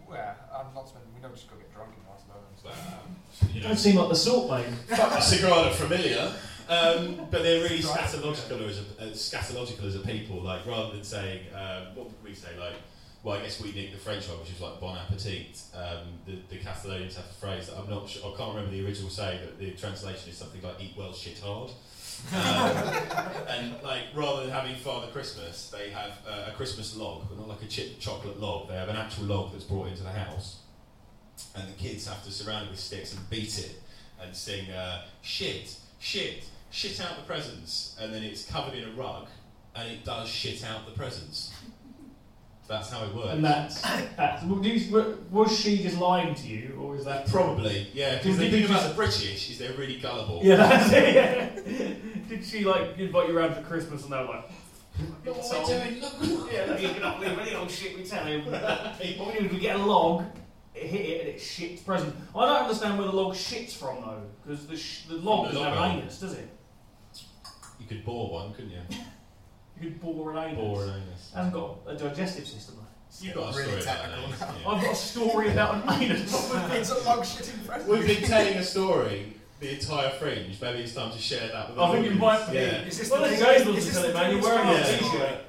S4: Well, I'm not spending. We don't just go get drunk in Barcelona. So.
S8: Well, you
S9: You
S8: know,
S9: don't seem like the sort, mate.
S8: fuck Sagrada Familia. Um, but they're really scatological as a, as scatological as a people. Like rather than saying um, what would we say, like well, I guess we nicked the French one, which is like bon appetit. Um, the, the Catalonians have a phrase that I'm not sure. I can't remember the original saying, but the translation is something like "eat well, shit hard." Um, and like rather than having Father Christmas, they have uh, a Christmas log, but not like a chip chocolate log. They have an actual log that's brought into the house, and the kids have to surround it with sticks and beat it and sing uh, shit, shit, shit out the presents, and then it's covered in a rug and it does shit out the presents. That's how it works.
S9: And that's. that's well, Uh, do you, was she just lying to you, or is
S8: <laughs>
S9: that.
S8: Probably, yeah. Because the
S9: Did
S8: thing
S9: you
S8: about
S9: just-
S8: the British is they're really gullible.
S9: Yeah, that's it, yeah. Did she, like, invite you around for Christmas and they were like.
S8: Look what we're doing. Look.
S9: Yeah, that's it. Not leave any old shit we tell him. What we do is we get a log, it hit it, and it shits present. I don't understand where the log shits from though, because the, sh- the log
S8: The
S9: doesn't have
S8: log.
S9: an anus, does it?
S8: You could bore one, couldn't you?
S9: You could bore an anus.
S8: Bore an anus.
S9: Hasn't got a digestive system. though.
S8: You've got a
S5: Really
S8: story about
S5: technical
S8: an anus. yeah.
S9: I've got a story about an anus.
S4: it's a long shitting present.
S8: We've been telling a story the entire fringe. Maybe it's time to share that with
S9: I think
S8: you
S9: it might be.
S8: Yeah.
S7: Is this
S9: well,
S7: the
S9: there's
S7: thing?
S9: goes on
S7: is
S9: to tell
S7: this the
S9: it, man.
S7: thing
S9: You're wearing
S4: Oh,
S8: Yeah.
S9: a
S8: Yeah.
S9: t-shirt.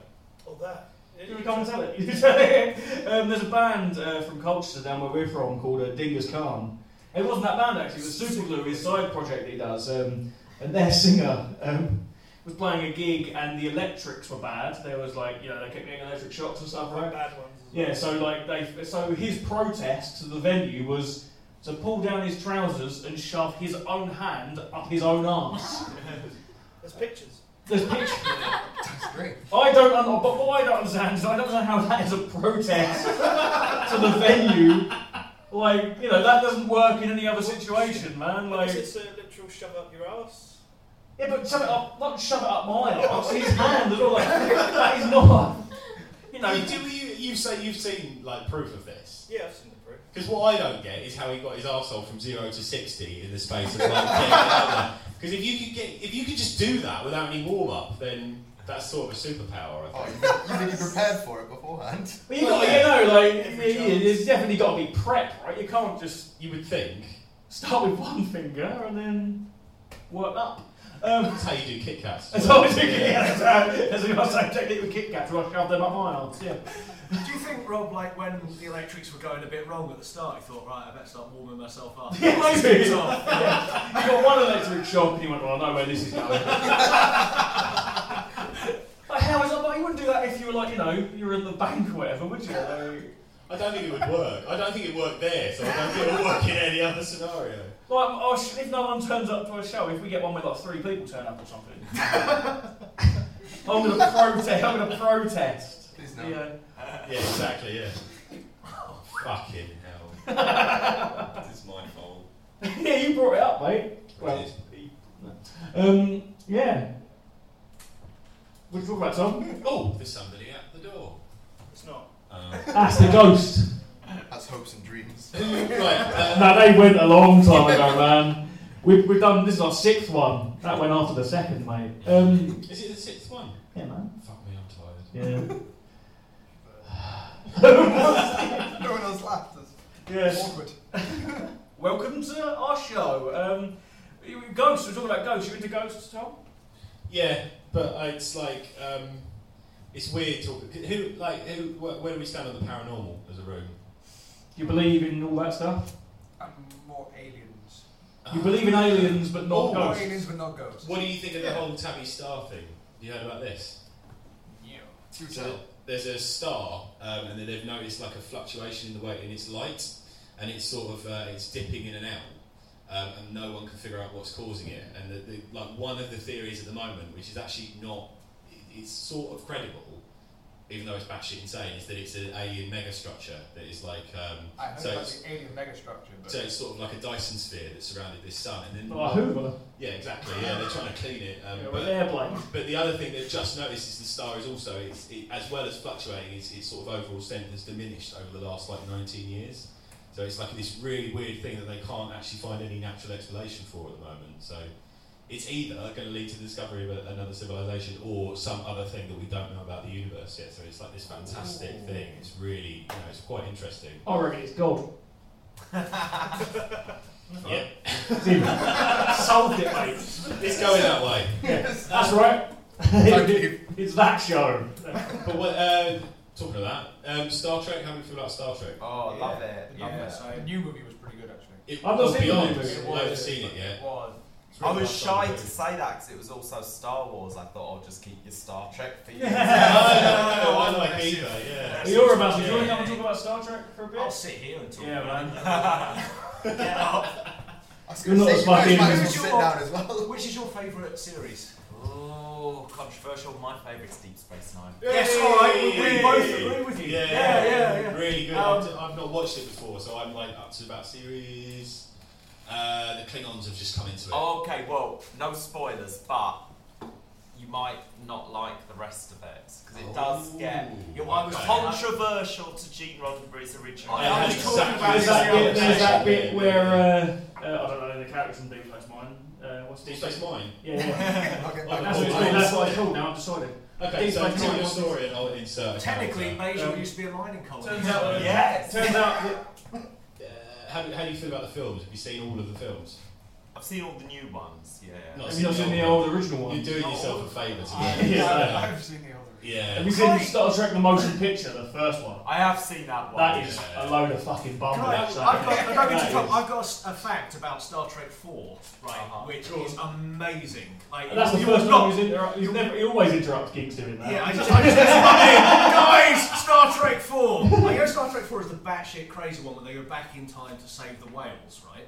S7: Or that?
S9: Do you want to come and tell it? um, there's a band uh, from Colchester down where we're from called uh, Dingus Khan. It wasn't that band actually, it was Super Glue, his side project that he does. Um, and their singer um, was playing a gig and the electrics were bad. There was like, you know, they kept getting electric shocks and stuff, right?
S7: Bad ones. as well.
S9: Yeah, so like they, so his protest to the venue was to pull down his trousers and shove his own hand up his own arse.
S7: There's pictures.
S9: There's pictures.
S5: <laughs> That's great.
S9: I don't, un- but what I don't understand is I don't know how that is a protest to the venue. Like, you know, that doesn't work in any other situation, man.
S7: Like,
S9: Like,
S7: it's a literal shove up your ass.
S9: Yeah, but shove it up, not shove it up my arse. His hand and all that. That is not. You know,
S8: You, do you, you say you've seen like proof of this?
S7: Yeah, I've seen the proof.
S8: Because what I don't get is how he got his arsehole from zero to sixty in the space of <laughs> like. Because if you could get, if you could just do that without any warm up, then that's sort of a superpower.
S5: Oh,
S8: I think.
S5: you think- you think you prepared for it beforehand?
S9: Well, you got, you know, like it- it- it's definitely got to be prep, right? You can't just
S8: You would think
S9: start with one finger and then work up. Um,
S8: that's how you do Kit Kats.
S9: as long as you can, yeah, that's how- that's what I say, technique with Kit Kats, where I shove them up my arse, yeah.
S10: Do you think, Rob, like when the electrics were going a bit wrong at the start, he thought, right, I better start warming myself up?
S9: <laughs> Yeah,
S10: Lights
S9: maybe.
S10: off.
S9: You got one electric shock and you went, well, I know where this is <laughs> going. like, how is that? But you wouldn't do that if you were like, you know, you were in the bank or whatever, would you? Like,
S8: I don't think it would work. I don't think it worked there, so I don't think it would work in any other scenario.
S9: Like, oh, sh- if no one turns up to a show, if we get one with like three people turn up or something, <laughs> I'm gonna protest. I'm gonna protest.
S5: Please no.
S9: You know,
S8: Yeah, exactly. Yeah. Oh, fucking hell.
S7: <laughs>
S12: This is my fault.
S9: <laughs> yeah, you brought it up, mate. Well, um, yeah. What you talk about, Tom?
S8: Oh, there's somebody at the door.
S7: It's not.
S8: Um,
S9: That's the ghost.
S5: That's hopes and dreams. <laughs>
S8: right. Uh,
S9: No, they went a long time ago, man. We've, we've done this is our sixth one. That went after the second, mate. Um,
S8: Is it the sixth one?
S9: yeah, man.
S8: Fuck me, I'm tired.
S9: Yeah.
S5: no one else laughed. It's
S9: yes.
S5: awkward.
S9: Welcome to our show. Um, you- ghosts. We're talking about ghosts. You into ghosts, Tom?
S8: Yeah, but uh, it's like um, it's weird talking. Who like who? Wh- where do we stand on the paranormal as a room?
S9: You believe in all that stuff.
S4: I'm more aliens.
S9: You believe in aliens, but not
S8: Oh,
S4: More
S9: ghosts.
S4: aliens, but not ghosts.
S8: Um, What do you think of the whole Tabby Star thing? You heard about this?
S4: Yeah.
S5: Two
S8: So there's a star, um, and then they've noticed like a fluctuation in the way in its light, and it's sort of uh, it's dipping in and out, um, and no one can figure out what's causing it. And the, the, like one of the theories at the moment, which is actually not, it- it's sort of credible, even though it's batshit insane, is that it's an alien megastructure that is like um,
S4: I heard
S8: so
S4: about
S8: it's,
S4: the alien megastructure, but
S8: so it's sort of like a Dyson sphere that surrounded this sun, and then
S9: Oh, Hoover.
S8: yeah, exactly, yeah, they're trying to clean it. Um,
S9: Yeah,
S8: but-
S9: with airplane.
S8: but the other thing they've just noticed is the star is also, it's, it, as well as fluctuating, its, its sort of overall strength has diminished over the last like 19 years. So it's like this really weird thing that they can't actually find any natural explanation for at the moment. So it's either going to lead to the discovery of a, another civilization or some other thing that we don't know about the universe yet. So it's like this fantastic thing. It's really, you know, it's quite interesting.
S9: I reckon it's gold. <laughs>
S8: Yeah,
S9: Solved it, mate.
S8: it's going that way.
S9: That's right. <laughs> it's that show.
S8: But what, uh, talking of that, um, Star Trek. How do you feel about Star Trek?
S11: Oh,
S4: Yeah.
S11: love it. Love
S4: yeah,
S11: it.
S4: the new movie was pretty good actually.
S8: It,
S9: I've not
S8: oh,
S9: seen the new
S8: Beyond.
S9: movie.
S8: I haven't seen it yet.
S4: It was.
S11: I was shy to
S8: say.
S11: say that because it was also Star Wars. I thought I'll just keep your Star
S10: <laughs>
S11: Trek for you.
S8: no, no, no, I like either, yeah.
S9: You're about to. Do you want to come and talk about Star Trek for a
S10: I'll
S9: bit?
S10: sit here and talk.
S9: Yeah,
S10: <laughs> about it.
S5: I was
S9: You're
S5: gonna say,
S9: not as
S5: you guys
S9: fucking-
S5: might as well sit down as well. <laughs>
S10: Which is your favourite series?
S11: Oh, controversial. My favourite's Deep Space Nine.
S10: Yes, all right, we- we both agree with you.
S8: Yeah,
S10: Yeah, yeah, yeah.
S8: Really good.
S10: Um,
S8: I've, I've not watched it before, so I'm like up to about series. Uh, the Klingons have just come into
S10: Oh.
S8: it.
S11: Okay, well, no spoilers, but you might not like the rest of it because it does get
S8: Ooh,
S11: I was
S8: okay.
S11: controversial to Gene Roddenberry's original.
S8: I
S10: I was
S8: had
S10: talking about
S9: There's
S10: this
S9: that
S10: the
S9: bit,
S10: other
S9: there's
S10: day.
S9: that bit where, uh, uh, I don't know, the character's in Deep Space Mine. Uh, what's
S8: Deep
S9: Deep
S8: Space Mine.
S9: Yeah, yeah. <laughs>
S5: Okay.
S8: Like,
S9: That's what it's
S8: oh,
S9: called.
S8: I
S9: That's what
S8: understand.
S9: it's called now. I've decided.
S8: Okay,
S9: Deep
S8: so
S9: Space
S8: tell
S9: Mine.
S8: your story and I'll insert. a
S10: Technically,
S8: character.
S10: Major
S9: Um,
S10: used to be a mining colony.
S9: turns out-
S11: Yes.
S9: Turns out that
S8: Uh, how, do- how do you feel about the films? Have you seen all of the films?
S11: I've seen all the new ones. Yeah.
S8: No.
S9: have you not seen Oh, the old original one?
S8: You're doing
S11: No.
S8: yourself a favour
S9: Yeah.
S8: today.
S9: Yeah.
S4: <laughs> I've seen the older.
S8: Yeah.
S9: Have you seen Star Trek the motion picture, the first one?
S11: I have seen that one.
S9: That is a load of fucking bumble.
S10: Right,
S9: that
S10: I've got,
S9: thing.
S10: I've got,
S9: That
S10: to
S9: is-
S10: come- I've got a s- a fact about Star Trek 4, right,
S11: Uh-huh.
S10: which is amazing. Like,
S9: And that's the
S10: you
S9: first
S10: would
S9: time
S10: not-
S9: he's, inter- he's never. He always interrupts gigs doing that.
S10: Yeah, I just, I just guys, Star Trek 4! I know Star Trek 4 is the batshit crazy one where they go back in time to save the whales, right?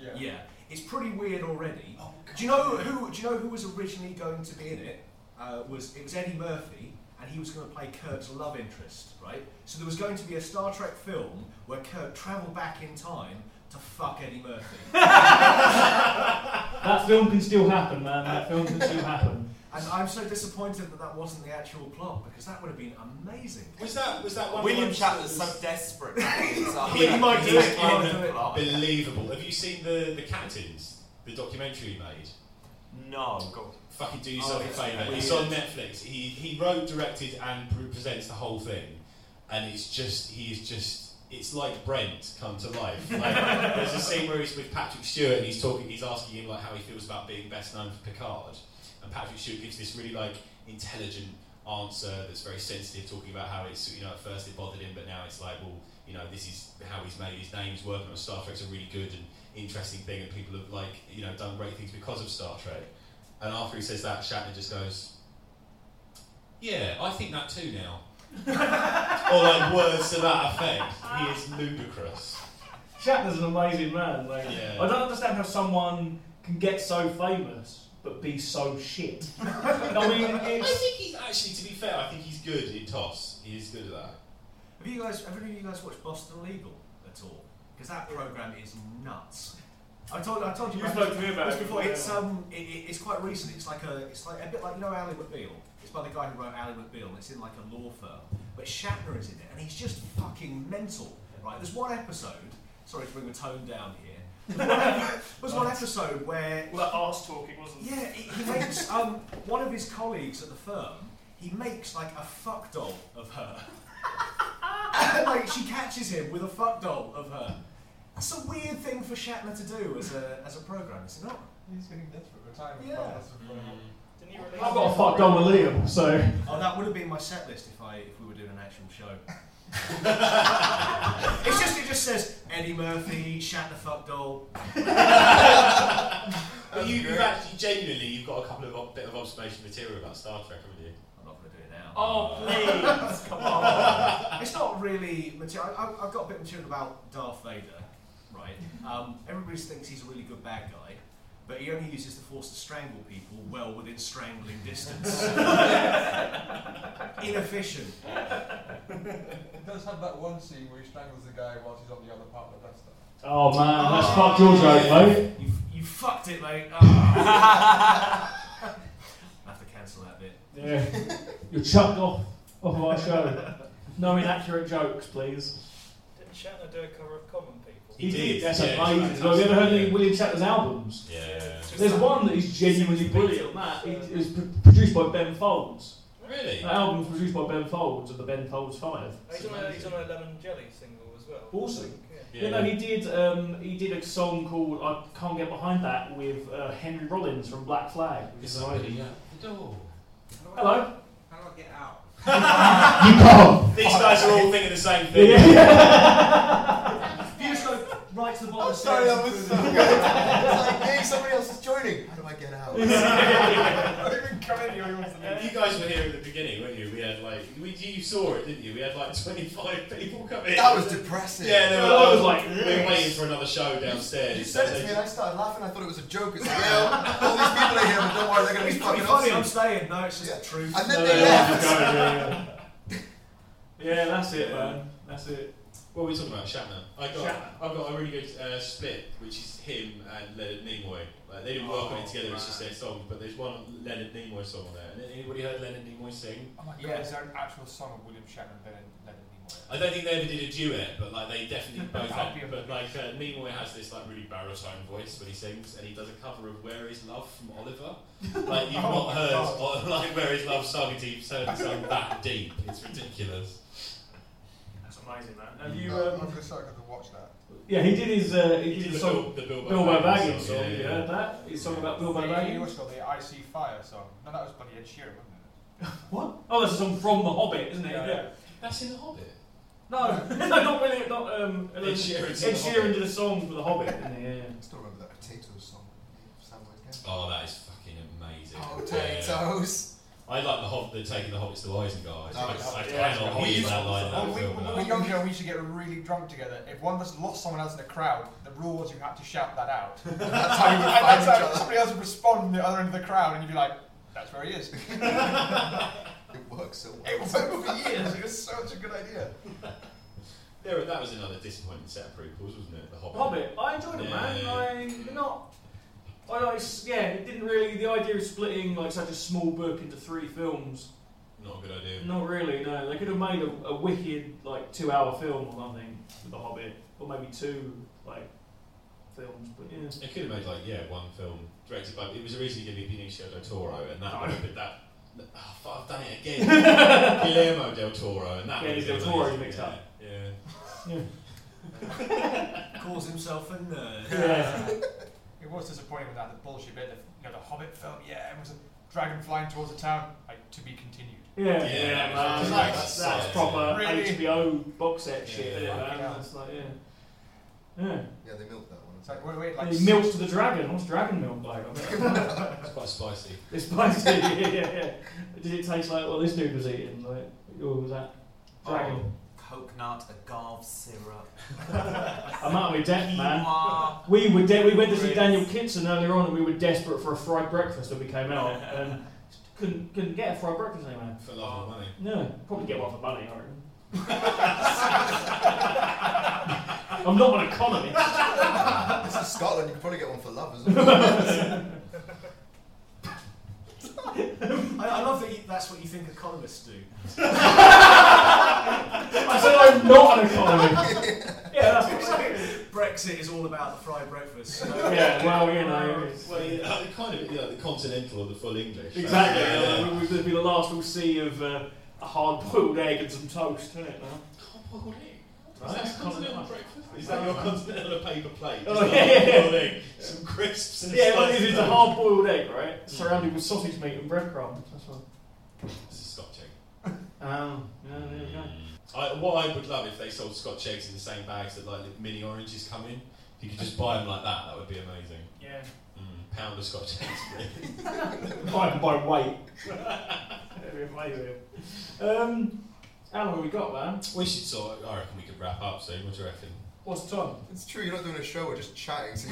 S4: Yeah.
S10: Yeah. It's pretty weird already. do you know who? Do you know who was originally going to be in it? Uh, was it was Eddie Murphy, and he was going to play Kirk's love interest, right? So there was going to be a Star Trek film where Kirk travelled back in time to fuck Eddie Murphy.
S9: That film can still happen, man. That film can still happen.
S10: And I'm so disappointed that that wasn't the actual plot because that would have been amazing.
S8: Was that was that one?
S11: William
S8: of the
S11: Shatner's
S8: ones
S11: so desperate. he
S10: <laughs>
S8: He
S10: might do it, he might do it.
S8: Unbelievable. Have you seen the the Captains? The documentary he made.
S11: No, God.
S8: Fucking do
S11: Oh,
S8: yourself
S11: it's
S8: a favour.
S11: weird.
S8: It's on Netflix. He he wrote, directed, and pre- presents the whole thing, and it's just he is just. It's like Brent come to life.
S11: <laughs>
S8: Like, there's a scene where he's with Patrick Stewart and he's talking. He's asking him like how he feels about being best known for Picard, and Patrick Stewart gives this really like intelligent answer that's very sensitive, talking about how it's you know at first it bothered him, but now it's like well you know this is how he's made his name. He's working on Star Trek's a really good and interesting thing, and people have like you know done great things because of Star Trek. And after he says that, Shatner just goes, "Yeah, I think that too now." <laughs> or like words to that effect. He is ludicrous.
S9: Shatner's an amazing man. Like,
S8: Yeah.
S9: I don't understand how someone can get so famous but be so shit. <laughs> I mean,
S8: I
S9: it's,
S8: think he's actually, to be fair, I think he's good in toss. He is good at that.
S10: Have you guys, have any of you guys watched Boston Legal at all? Because that program is nuts. I told, I told you.
S7: You
S10: about
S7: spoke to me about
S10: this
S7: it
S10: before.
S7: before,
S10: It's
S7: yeah.
S10: um, it, it, it's quite recent. It's like a, it's like a bit like you know Ally McBeal. It's by the guy who wrote Ally McBeal. and It's in like a law firm, but Shatner is in it, and he's just fucking mental. Right? There's one episode. Sorry to bring the tone down here. There's one
S7: <laughs>
S10: ep- There's one episode where
S7: All that arse talking, wasn't it?
S10: yeah, he he makes um, one of his colleagues at the firm. He makes like a fuck doll of her. <laughs> and, like she catches him with a fuck doll of her. That's a weird thing for Shatner to do as a as a program, is it not?
S4: He's getting desperate. Retirement.
S10: Yeah.
S4: plan, that's
S7: Mm.
S4: incredible.
S7: Didn't he
S9: I've
S7: release
S9: got a
S7: it?
S9: fuck Don Liam, so
S10: Oh, that would have been my set list if I if we were doing an actual show. it's just it just says Eddie Murphy, Shatner fuck doll.
S8: But you, you've actually, genuinely, you've got a couple of ob- bit of observation material about Star Trek, haven't you?
S10: I'm not gonna do it now.
S7: Oh, please, come on.
S10: <laughs> It's not really material. I, I've got a bit of material about Darth Vader, right? Um, everybody thinks he's a really good bad guy, but he only uses the Force to strangle people well within strangling
S7: <laughs>
S10: distance. <laughs> Inefficient.
S4: It does have that one scene where he strangles the guy whilst he's on the other part of the duster.
S9: oh man, that's fuck your joke, mate.
S10: You, you fucked it, mate. Ah. <laughs> I have to cancel that bit.
S9: Yeah, you're chucked off off our show. No inaccurate jokes, please.
S7: Didn't Shatner do a cover of Common People?
S8: He did,
S9: That's
S8: yeah,
S9: amazing.
S8: it's
S9: Have you ever heard any
S8: fantastic,
S9: William Shatner's albums?
S8: Yeah.
S9: There's one that is genuinely
S7: Sixty beats
S9: brilliant.
S7: on that,
S9: That it
S7: yeah.
S9: was pr- produced by Ben Folds.
S8: Really?
S9: That album was produced by Ben Folds of the Ben Folds Five.
S7: He's on, a, he's on a lemon jelly single as well.
S9: Awesome.
S7: Yeah.
S9: Yeah, no, he did. Um, he did a song called "I Can't Get Behind That" with uh, Henry Rollins from Black Flag.
S8: Is
S9: Hello.
S8: somebody at the door?
S9: Hello.
S11: How do I get out?
S9: You can't.
S8: These guys are all thinking the same thing.
S9: Yeah.
S10: You just go right to
S5: I'm
S10: the bottom. of the
S5: Oh, sorry,
S10: stairs
S5: I
S10: and
S5: was
S10: through
S5: so
S10: the-
S5: good. It's like, hey, somebody else is joining. How do I get out?
S8: You guys were here at the beginning, weren't you? We had like we, you saw it, didn't you? We had like twenty five people come in.
S5: That was depressing.
S8: yeah, they were
S9: I was
S8: like,
S9: like,
S8: we were waiting for another show
S5: <laughs>
S8: downstairs.
S5: You said it to me and I started laughing. I thought it was a joke. It's like, yeah, all these people are here, but don't worry, they're going to be
S10: It's pretty
S5: fucking
S10: funny. I'm
S5: awesome.
S10: staying. No, it's just the truth.
S5: And then
S9: No,
S5: they
S9: no,
S5: left.
S9: no, no, no, no. Yeah, that's it, man. That's it.
S8: What were we talking about? Shatner. I got,
S9: Shatner.
S8: I've got a really good uh, split, which is him and Leonard Nimoy. Like, they didn't work on it together; it's just their song. But there's one Leonard Nimoy song on there. And Anybody heard Leonard Nimoy sing?
S4: Oh my god,
S10: Yeah.
S4: is there an actual song of William Shatner and Leonard Nimoy?
S8: I don't think they ever did a duet, but like they definitely both had.
S4: That'd be
S8: But like uh, Nimoy has this like really baritone voice when he sings, and he does a cover of "Where Is Love" from Oliver. Like you've not heard or, <laughs> like "Where Is Love" sung deep, sung sung that deep. It's ridiculous.
S9: That's amazing, man. Have you?
S4: I'm
S9: Um,
S4: gonna start to watch that.
S9: yeah, he did his. Uh, he did
S8: the,
S9: the song
S8: Bil- the Bilbo,
S9: Bilbo Baggins
S8: song,
S9: song.
S8: yeah,
S9: Have you
S8: yeah.
S9: heard that? His song about
S4: Oh,
S9: Bilbo Baggins.
S4: what's called the I See Fire song. No, that was bloody Ed Sheeran, wasn't it?
S9: What? Oh, that's a song from The Hobbit, isn't it?
S4: Yeah, yeah.
S8: That's in the Hobbit.
S9: No, <laughs> no, not really. Not um.
S8: Ed
S9: Ed
S8: Sheeran's in The
S9: Sheeran
S8: Hobbit.
S9: did a song for The Hobbit, didn't he? Yeah. yeah.
S5: I still remember that potato song. Soundwave Gang.
S8: Oh, that is fucking amazing. Yeah.
S5: Potatoes.
S8: I like the hob- the taking the hobbits to Isengard.
S5: Oh,
S8: I,
S5: yeah.
S8: I
S9: Yeah,
S8: cannot
S4: we
S8: hear
S4: used-
S8: that line.
S4: When
S8: That
S4: we,
S8: film,
S4: when
S8: man.
S4: we were younger, we used to get really drunk together. If one just lost someone else in the crowd, the rule was you had to shout that out.
S5: <laughs>
S4: <laughs>
S5: That's how you
S4: And
S5: would find
S4: that's
S5: each
S4: how
S5: other.
S4: somebody else would respond from the other end of the crowd, and you'd be like, that's where he is.
S5: It works so well.
S4: <laughs> It worked for years. It was such a good idea.
S8: There were- that was another disappointing set of prequels, wasn't it? The Hobbit.
S9: Hobbit. I enjoyed it,
S8: Yeah.
S9: man. I, they're not. I like, s- yeah, it didn't really. The idea of splitting like such a small book into three films,
S8: Not a good idea.
S9: not really. No, they could have made a, a wicked like two-hour film or something with The Hobbit, or maybe two like films. But yeah,
S8: It could have made like yeah one film directed by. It was originally going to be Benicio del Toro, and that would have been that. Oh, fuck, I've done it <laughs> again. Guillermo del Toro, and that.
S9: Yeah,
S8: would have
S9: del
S8: been
S9: Toro, you
S8: amazing,
S9: mixed
S8: yeah,
S9: up.
S8: Yeah.
S10: Calls himself a
S4: <laughs>
S10: nerd.
S9: yeah.
S4: It was disappointing with that the bullshit bit. The, you know, the Hobbit film. Yeah, it was a dragon flying towards a town. Like to be continued.
S9: Yeah, man,
S8: Yeah, that's-
S9: that's,
S8: that's-
S9: that's,
S8: that's-
S9: proper
S4: really-
S9: HBO box set shit. isn't it,
S8: Yeah, yeah.
S9: man?
S4: Yeah.
S9: That's like, yeah. Yeah.
S5: Yeah, they milked that one.
S4: It's like wait, wait, like
S9: He milks to the dragon. What's dragon milk like? <laughs>
S8: It's quite spicy.
S9: it's spicy. yeah, yeah, yeah. Did it taste like what this dude was eating? Like, or was that
S8: Oh.
S9: dragon?
S11: Coconut, agave syrup.
S9: I'm out of my depth, man.
S11: quinoa.
S9: We were de- we went to see
S11: Great.
S9: Daniel Kitson earlier on, and we were desperate for a fried breakfast when we came out,
S8: Oh.
S9: and couldn't couldn't get a fried breakfast anywhere.
S8: For love and money.
S9: No, probably get one for money. I reckon.
S8: <laughs>
S9: I'm not an economist.
S5: Ah, This is Scotland, you could probably get one for love as well.
S10: I, I love that you, that's what you think economists do.
S9: I said I'm not an economist.
S8: <laughs>
S9: yeah, that's what I'm saying.
S10: Brexit is all about the fried breakfast.
S7: <laughs>
S10: so-
S9: Yeah, well, you know. it's-
S8: Well, yeah, like, kind of yeah, the continental or the full English.
S9: Exactly.
S8: Yeah, yeah.
S9: yeah. We, we'd be the last we'll see of uh, a hard-boiled egg and some toast, isn't it? Man?
S8: Hot-boiled egg.
S9: Right.
S8: Is that a continental breakfast? Is that your continental on a paper plate?
S9: Oh,
S8: Just a
S9: yeah, yeah, yeah.
S8: hot-boiled egg, Some crisps and
S9: Yeah, well,
S8: sliced
S9: it is a Mm.
S8: toast.
S9: hard-boiled egg, right? Surrounded with sausage meat and breadcrumbs. That's what.
S8: This is Scotch egg. Mm.
S9: Um, yeah, there you go.
S8: I, what I would love if they sold Scotch eggs in the same bags that like the mini oranges come in. If you could just buy them like that, that would be amazing.
S9: Yeah.
S8: Mm, pound of Scotch <laughs> eggs. please.
S9: By, by weight. Every flavour. <laughs> um, how long have we got, man?
S8: we should sort. I reckon we could wrap up soon. What do you reckon?
S9: What's the time?
S5: it's true, you're not doing a show, we're just chatting. So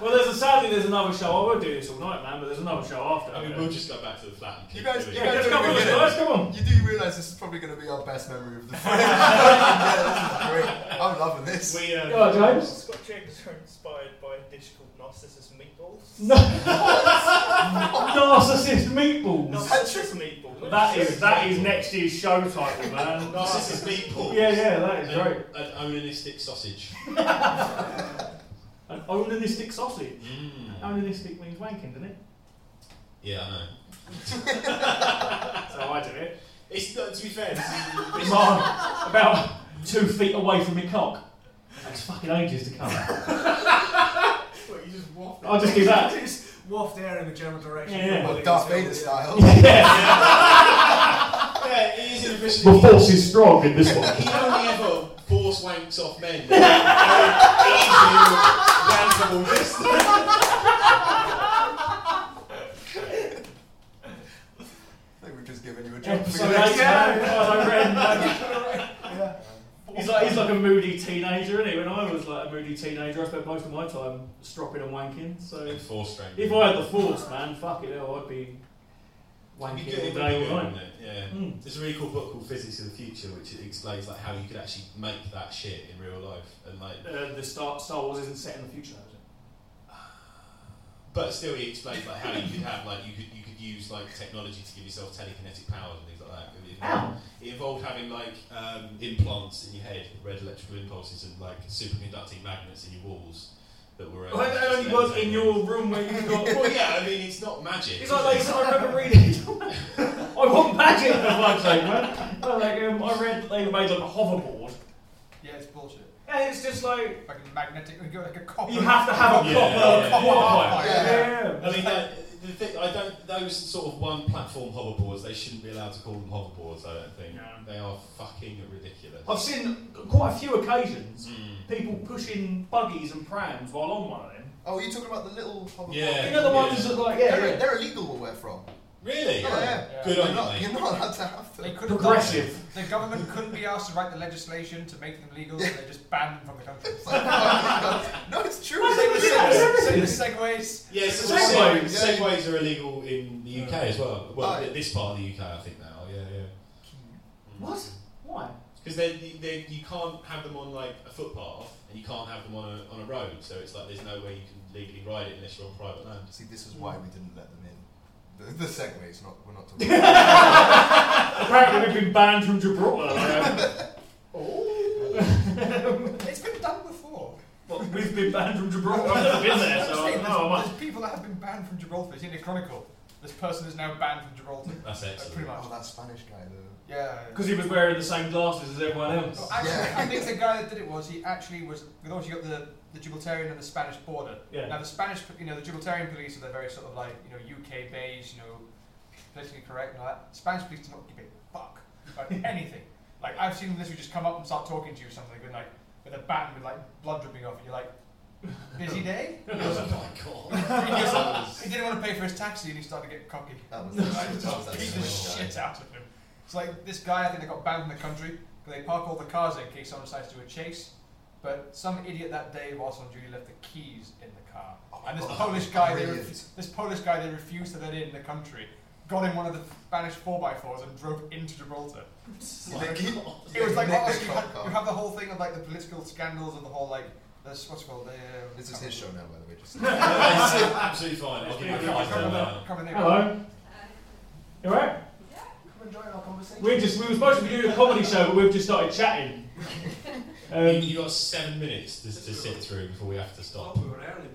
S9: Well, there's a, sadly there's another show. I will do this all night, man. But there's another show after.
S8: I mean, we'll just go back to the flat. And keep
S5: You guys-
S8: doing
S9: yeah,
S8: it.
S9: just come on,
S5: Yeah.
S9: guys, come on.
S5: you do realise this is probably going to be our best memory of the <laughs> film. yeah, this is great. I'm loving this.
S7: We, um,
S9: Go on, James.
S7: Scotch eggs are inspired by a dish called Narcissus meatballs.
S9: No. <laughs> Narcissist meatballs.
S7: Narcissus meatballs.
S9: That is that is next year's show title, man.
S8: Narcissus meatballs.
S9: <laughs> Yeah, yeah, that is
S8: An-
S9: right.
S8: An onanistic sausage.
S9: An onanistic sausage.
S8: Mm.
S9: Onanistic means wanking, doesn't it?
S8: Yeah, I know.
S9: So I do it.
S8: It's not, to be fair. This <laughs> is,
S9: <laughs> It's on about two feet away from my cock. That's fucking ages to come. <laughs>
S7: What, you just waffle?
S9: I'll just do <laughs> that.
S10: Just waft air in the general direction.
S9: Yeah, yeah.
S5: Well, Darth Vader style.
S9: Yeah.
S8: yeah, it is an official.
S9: The force is strong in this one.
S8: He only ever force wanks off men. <laughs> Easy, <laughs> randomable list.
S5: I think we've just given you a job for
S9: <laughs> Episode
S5: your next
S9: eight,
S5: yeah.
S9: man. God, I read, man. He's like, he's like a moody teenager, isn't he? When I was like a moody teenager, I spent most of my time stropping and wanking. So
S8: And force strength.
S9: If I had the force, man, fuck it, hell, I'd be
S8: It'd be
S9: wanking
S8: good,
S9: all
S8: it'd be
S9: day,
S8: good,
S9: all
S8: wouldn't
S9: night.
S8: it? Yeah.
S9: Mm.
S8: There's a really cool book called Physics of the Future, which explains like how you could actually make that shit in real life, and like,
S9: Uh, the Star, Star Wars isn't set in the future, though, is it?
S8: but still he explains like how you could have like you could you could use like technology to give yourself telekinetic powers and things like that. It
S9: <laughs>
S8: involved, it involved having like um, implants in your head, red electrical impulses, and like superconducting magnets in your walls that were. uh,
S9: Well, that
S8: just
S9: only was in
S8: levitating.
S9: your room where you got.
S8: <laughs> well, yeah, I mean, it's not magic.
S9: It's
S8: is
S9: like,
S8: it?
S9: like so I remember reading. I want magic for fuck's sake, man. But, like, um, I read that they made like a hoverboard,
S4: yeah, it's bullshit.
S9: and it's just like
S4: Like magnetic. We go like a copper.
S9: you have to have a
S8: Yeah,
S9: proper
S8: yeah,
S9: copper
S4: yeah.
S9: hardwire.
S5: Yeah.
S9: Yeah.
S8: I mean, that, the thing, I don't. Those sort of one-platform hoverboards, they shouldn't be allowed to call them hoverboards. I don't think
S9: No.
S8: they are fucking ridiculous.
S9: I've seen quite a few occasions
S8: Mm.
S9: people pushing buggies and prams while on one of them.
S5: Oh, are you talking about the little hoverboard?
S8: Yeah.
S9: You know the ones that like yeah,
S5: They're,
S9: yeah.
S5: they're illegal where we're from.
S8: Really?
S9: Oh,
S5: Yeah, yeah.
S8: Good on
S5: You're
S8: you,
S5: not,
S8: mate.
S5: you're not allowed to have
S4: They
S5: them.
S4: couldn't.
S9: progressive.
S4: The government couldn't be asked to write the legislation to make them legal, so they just banned them from the
S9: <laughs>
S4: country.
S5: It's like, <laughs> no, it's true.
S9: Why
S5: It's
S9: do they do that?
S5: like-
S4: So the segways.
S8: Yeah, so
S9: Segways.
S8: segways. segways are illegal in the UK as well. Well,
S5: Oh.
S8: th- this part of the UK, I think now. Yeah, yeah.
S9: What? Why?
S8: Because because then they you can't have them on like a footpath and you can't have them on a, on a road. So it's like there's no way you can legally ride it unless you're on private land.
S5: See, this is why we didn't let them in. The, the segue is not. We're not <laughs> talking. about
S9: Apparently, we've been banned from <laughs> Gibraltar. um,
S4: It's been done before.
S9: well, we've been banned from Gibraltar. I've never been there, so I
S4: There's,
S9: don't know. I might-
S4: there's people that have been banned from Gibraltar. It's in the Chronicle. This person is now banned from Gibraltar.
S8: That's
S4: Uh,
S8: excellent.
S4: pretty much.
S5: oh, that Spanish guy though.
S4: Yeah.
S9: Because he was wearing the same glasses as everyone
S4: Well,
S9: else.
S4: actually,
S5: Yeah.
S4: I think the guy that did it was he actually was. With obviously you got the the Gibraltarian and the Spanish border. Now
S9: Yeah.
S4: the Spanish, you know, the Gibraltarian police are they're very sort of like you know UK based, you know, politically correct and all that. Spanish police do not give a fuck about anything. Like I've seen them literally just come up and start talking to you or something with like with a bat with like blood dripping off, and you're like, busy day.
S8: <laughs>
S4: <laughs>
S8: oh my god.
S4: he, just- he didn't want to pay for his taxi, and he started to get cocky.
S5: That was
S4: I
S5: that, was <laughs>
S4: just
S5: that
S4: beat the
S5: Spanish guy.
S4: shit out of him. It's like this guy. I think they got banned from the country because they park all the cars there in case someone decides to do a chase. But some idiot that day, whilst on duty, left the keys in the car.
S5: Oh my
S4: and this
S5: God,
S4: Polish
S5: that was
S4: guy, they
S5: brilliant.
S4: ref- this Polish guy, they refused to let in the country. Got in one of the Spanish four x fours and drove into Gibraltar. It was like
S5: Nick
S4: honestly, you,
S5: Hitchcock
S4: had,
S5: car.
S4: you have the whole thing of like the political scandals and the whole like this, what's it called the. Uh,
S5: This is his show now, by the way. Just <laughs>
S8: <laughs> absolutely fine. I'll give you
S4: Come
S8: five
S4: and-
S8: down now.
S4: come and-
S9: Hello. You alright?
S10: Come and join our conversation.
S9: We just we were supposed to be doing a comedy show, but we've just started chatting.
S8: You-
S9: Um,
S8: you got seven minutes to, to sit through before we have to
S7: Oh,
S8: stop.
S7: we were early,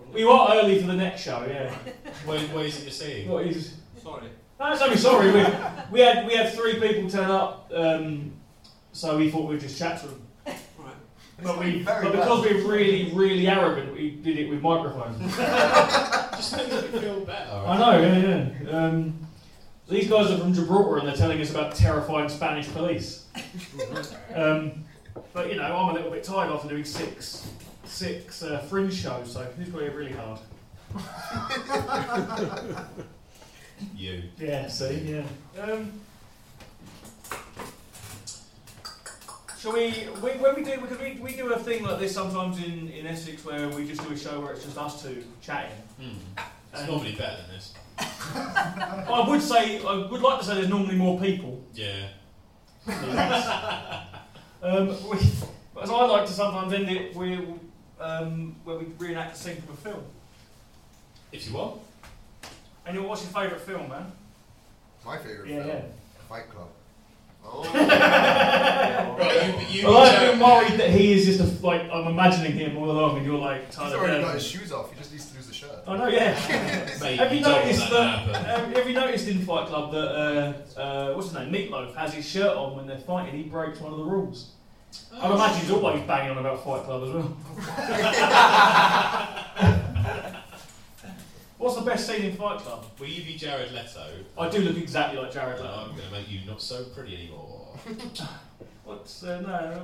S7: but.
S9: we are early for the next show, yeah.
S8: What, what is it you're seeing?
S9: What is?
S7: Sorry.
S9: That's only sorry. We, we had we had three people turn up, um, so we thought we'd just chat to them.
S7: Right.
S9: But we,
S5: very
S9: but
S5: well.
S9: because we're really really arrogant, we did it with microphones.
S8: Just makes me feel better.
S9: I know, yeah, yeah. Um, these guys are from Gibraltar and they're telling us about terrifying Spanish <laughs> police. Um, but you know, I'm a little bit tired after doing six six uh, fringe shows, so this will be really hard.
S8: You.
S9: Yeah, see, yeah. Um, shall we, we, when we do, because we, we do a thing like this sometimes in, in Essex where we just do a show where it's just us two chatting.
S8: Mm. It's
S9: Um,
S8: normally better than this.
S9: I would say, I would like to say there's normally more people.
S8: Yeah.
S9: Um, <laughs> we, but as I like to sometimes end it, we, um, where we reenact a scene from a film.
S8: If you want.
S9: And your- what's your favourite film, man?
S5: my favorite
S9: Yeah,
S5: film,
S9: yeah.
S5: Fight Club. Oh.
S8: Right, you, you
S9: Well, I've
S8: don't-
S9: been worried that he is just a, like, I'm imagining him all along and you're like,
S5: <laughs> He's
S9: Tyler
S5: already got
S9: Durden.
S5: his shoes off. He just needs to lose the shirt.
S9: I know, yeah.
S8: Mate,
S9: Have you
S8: don't want
S9: noticed
S8: that? to happen.
S9: Um, have you noticed in Fight Club that uh, uh, what's his name, Meatloaf, has his shirt on when they're fighting? He breaks one of the rules. I'd imagine he's always banging on about Fight Club as well. what's the best scene in Fight Club?
S8: Will you be Jared Leto?
S9: I do look exactly like Jared
S8: Well, I'm
S9: Leto.
S8: going to make you not so pretty anymore.
S9: What's uh, no? I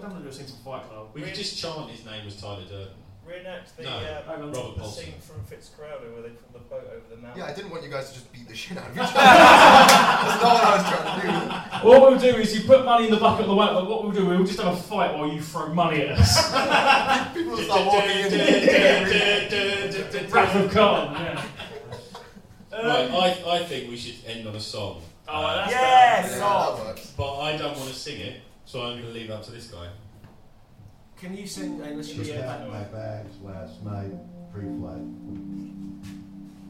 S9: don't want to do a scene from Fight Club.
S8: We could just chant his name was Tyler Durden.
S13: Reenact the,
S8: No,
S13: uh,
S9: Hang on.
S8: Robert
S13: the
S8: Paulson.
S13: scene from Fitzcarraldo where they put the boat over the mountain.
S5: Yeah, I didn't want you guys to just beat the shit <laughs> out of each other. That's not what I was trying to do.
S9: <laughs> What we'll do is you put money in the bucket of the white, but what we'll do, we'll just have a fight while you throw money at <laughs> us.
S5: People will start walking <laughs> in.
S9: Wrath of Khan. Yeah.
S1: <laughs>
S8: Right, I, I think we should end on a song.
S9: Oh,
S8: Uh,
S9: that's
S5: Yeah,
S11: Yes!
S5: that works.
S8: But I don't want to sing it, so I'm going to leave it up to this guy.
S10: Can you sing English?
S13: Yeah.
S14: My bags last night, pre-flight.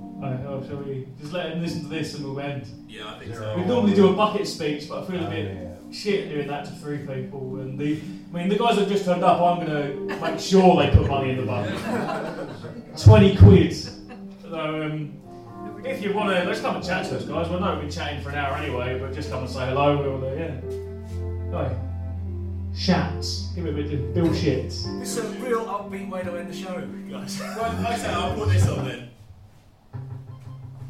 S9: Alright, oh, shall we just let him listen to this and we'll end?
S12: Yeah, I think
S14: They're
S12: so.
S9: We normally do a bucket speech, but I feel a bit
S14: Yeah.
S9: shit doing that to three people. And the, I mean, the guys that just turned up, I'm gonna make sure they put money in the bucket. Twenty quid. So, um, if you want to, let's come and chat to us, guys. Well, no, we've been chatting for an hour anyway, but just come and say hello. We'll, uh, yeah. Hi. Shats. Give it a bit of Bill Shits.
S10: This is a real upbeat way to end the show, guys.
S12: Right, like I said, I'll put this on then.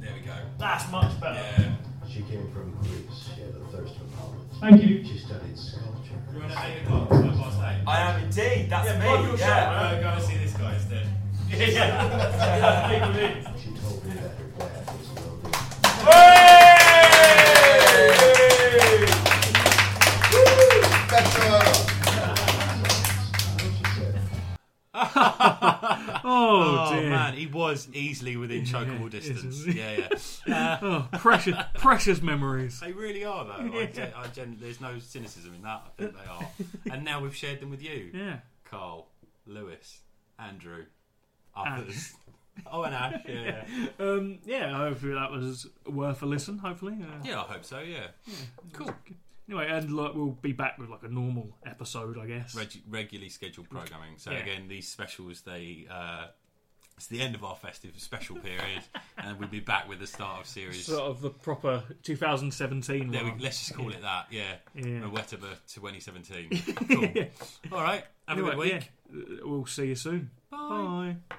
S12: There we go.
S9: That's much
S8: Uh,
S9: better.
S12: Yeah.
S14: She came from Greece. She had a thirst for knowledge.
S9: Thank you.
S14: She studied sculpture.
S12: You're on at 8 o'clock. I've got to say.
S11: I am indeed, that's
S12: Yeah, plug
S11: me.
S12: your
S11: Yeah.
S12: show. Go go and see this guy instead.
S14: She told me that her dad was loaded. She
S5: Better.
S14: said,
S2: Oh, Oh,
S1: dear.
S2: man, he was easily within chokeable distance.
S1: isn't he?
S2: Yeah, yeah.
S1: Oh, <laughs> precious- precious memories.
S2: They really are, though. I
S1: Yeah.
S2: gen- I gen- there's no cynicism in that. I think they
S1: <laughs>
S2: are. and now we've shared them with you.
S1: Yeah.
S2: Carl, Lewis, Andrew, others. <laughs> oh, and Ash. Yeah. yeah.
S1: Um, yeah, hopefully that was worth a listen, hopefully. Uh,
S2: Yeah, I hope so. Yeah.
S1: Cool. Anyway, and like, we'll be back with like a normal episode, I guess.
S2: Reg- regularly scheduled programming. So
S1: Yeah.
S2: again, these specials they uh, it's the end of our festive special period, <laughs> and we'll be back with the start of series.
S1: Sort of the proper 2017
S2: There we,
S1: one.
S2: let's just call it that. Yeah,
S1: Yeah.
S2: Wetterbur 2017. Cool. All right. Have
S1: <laughs>
S2: a
S1: Anyway,
S2: good week.
S1: yeah, uh, We'll see you soon. Bye.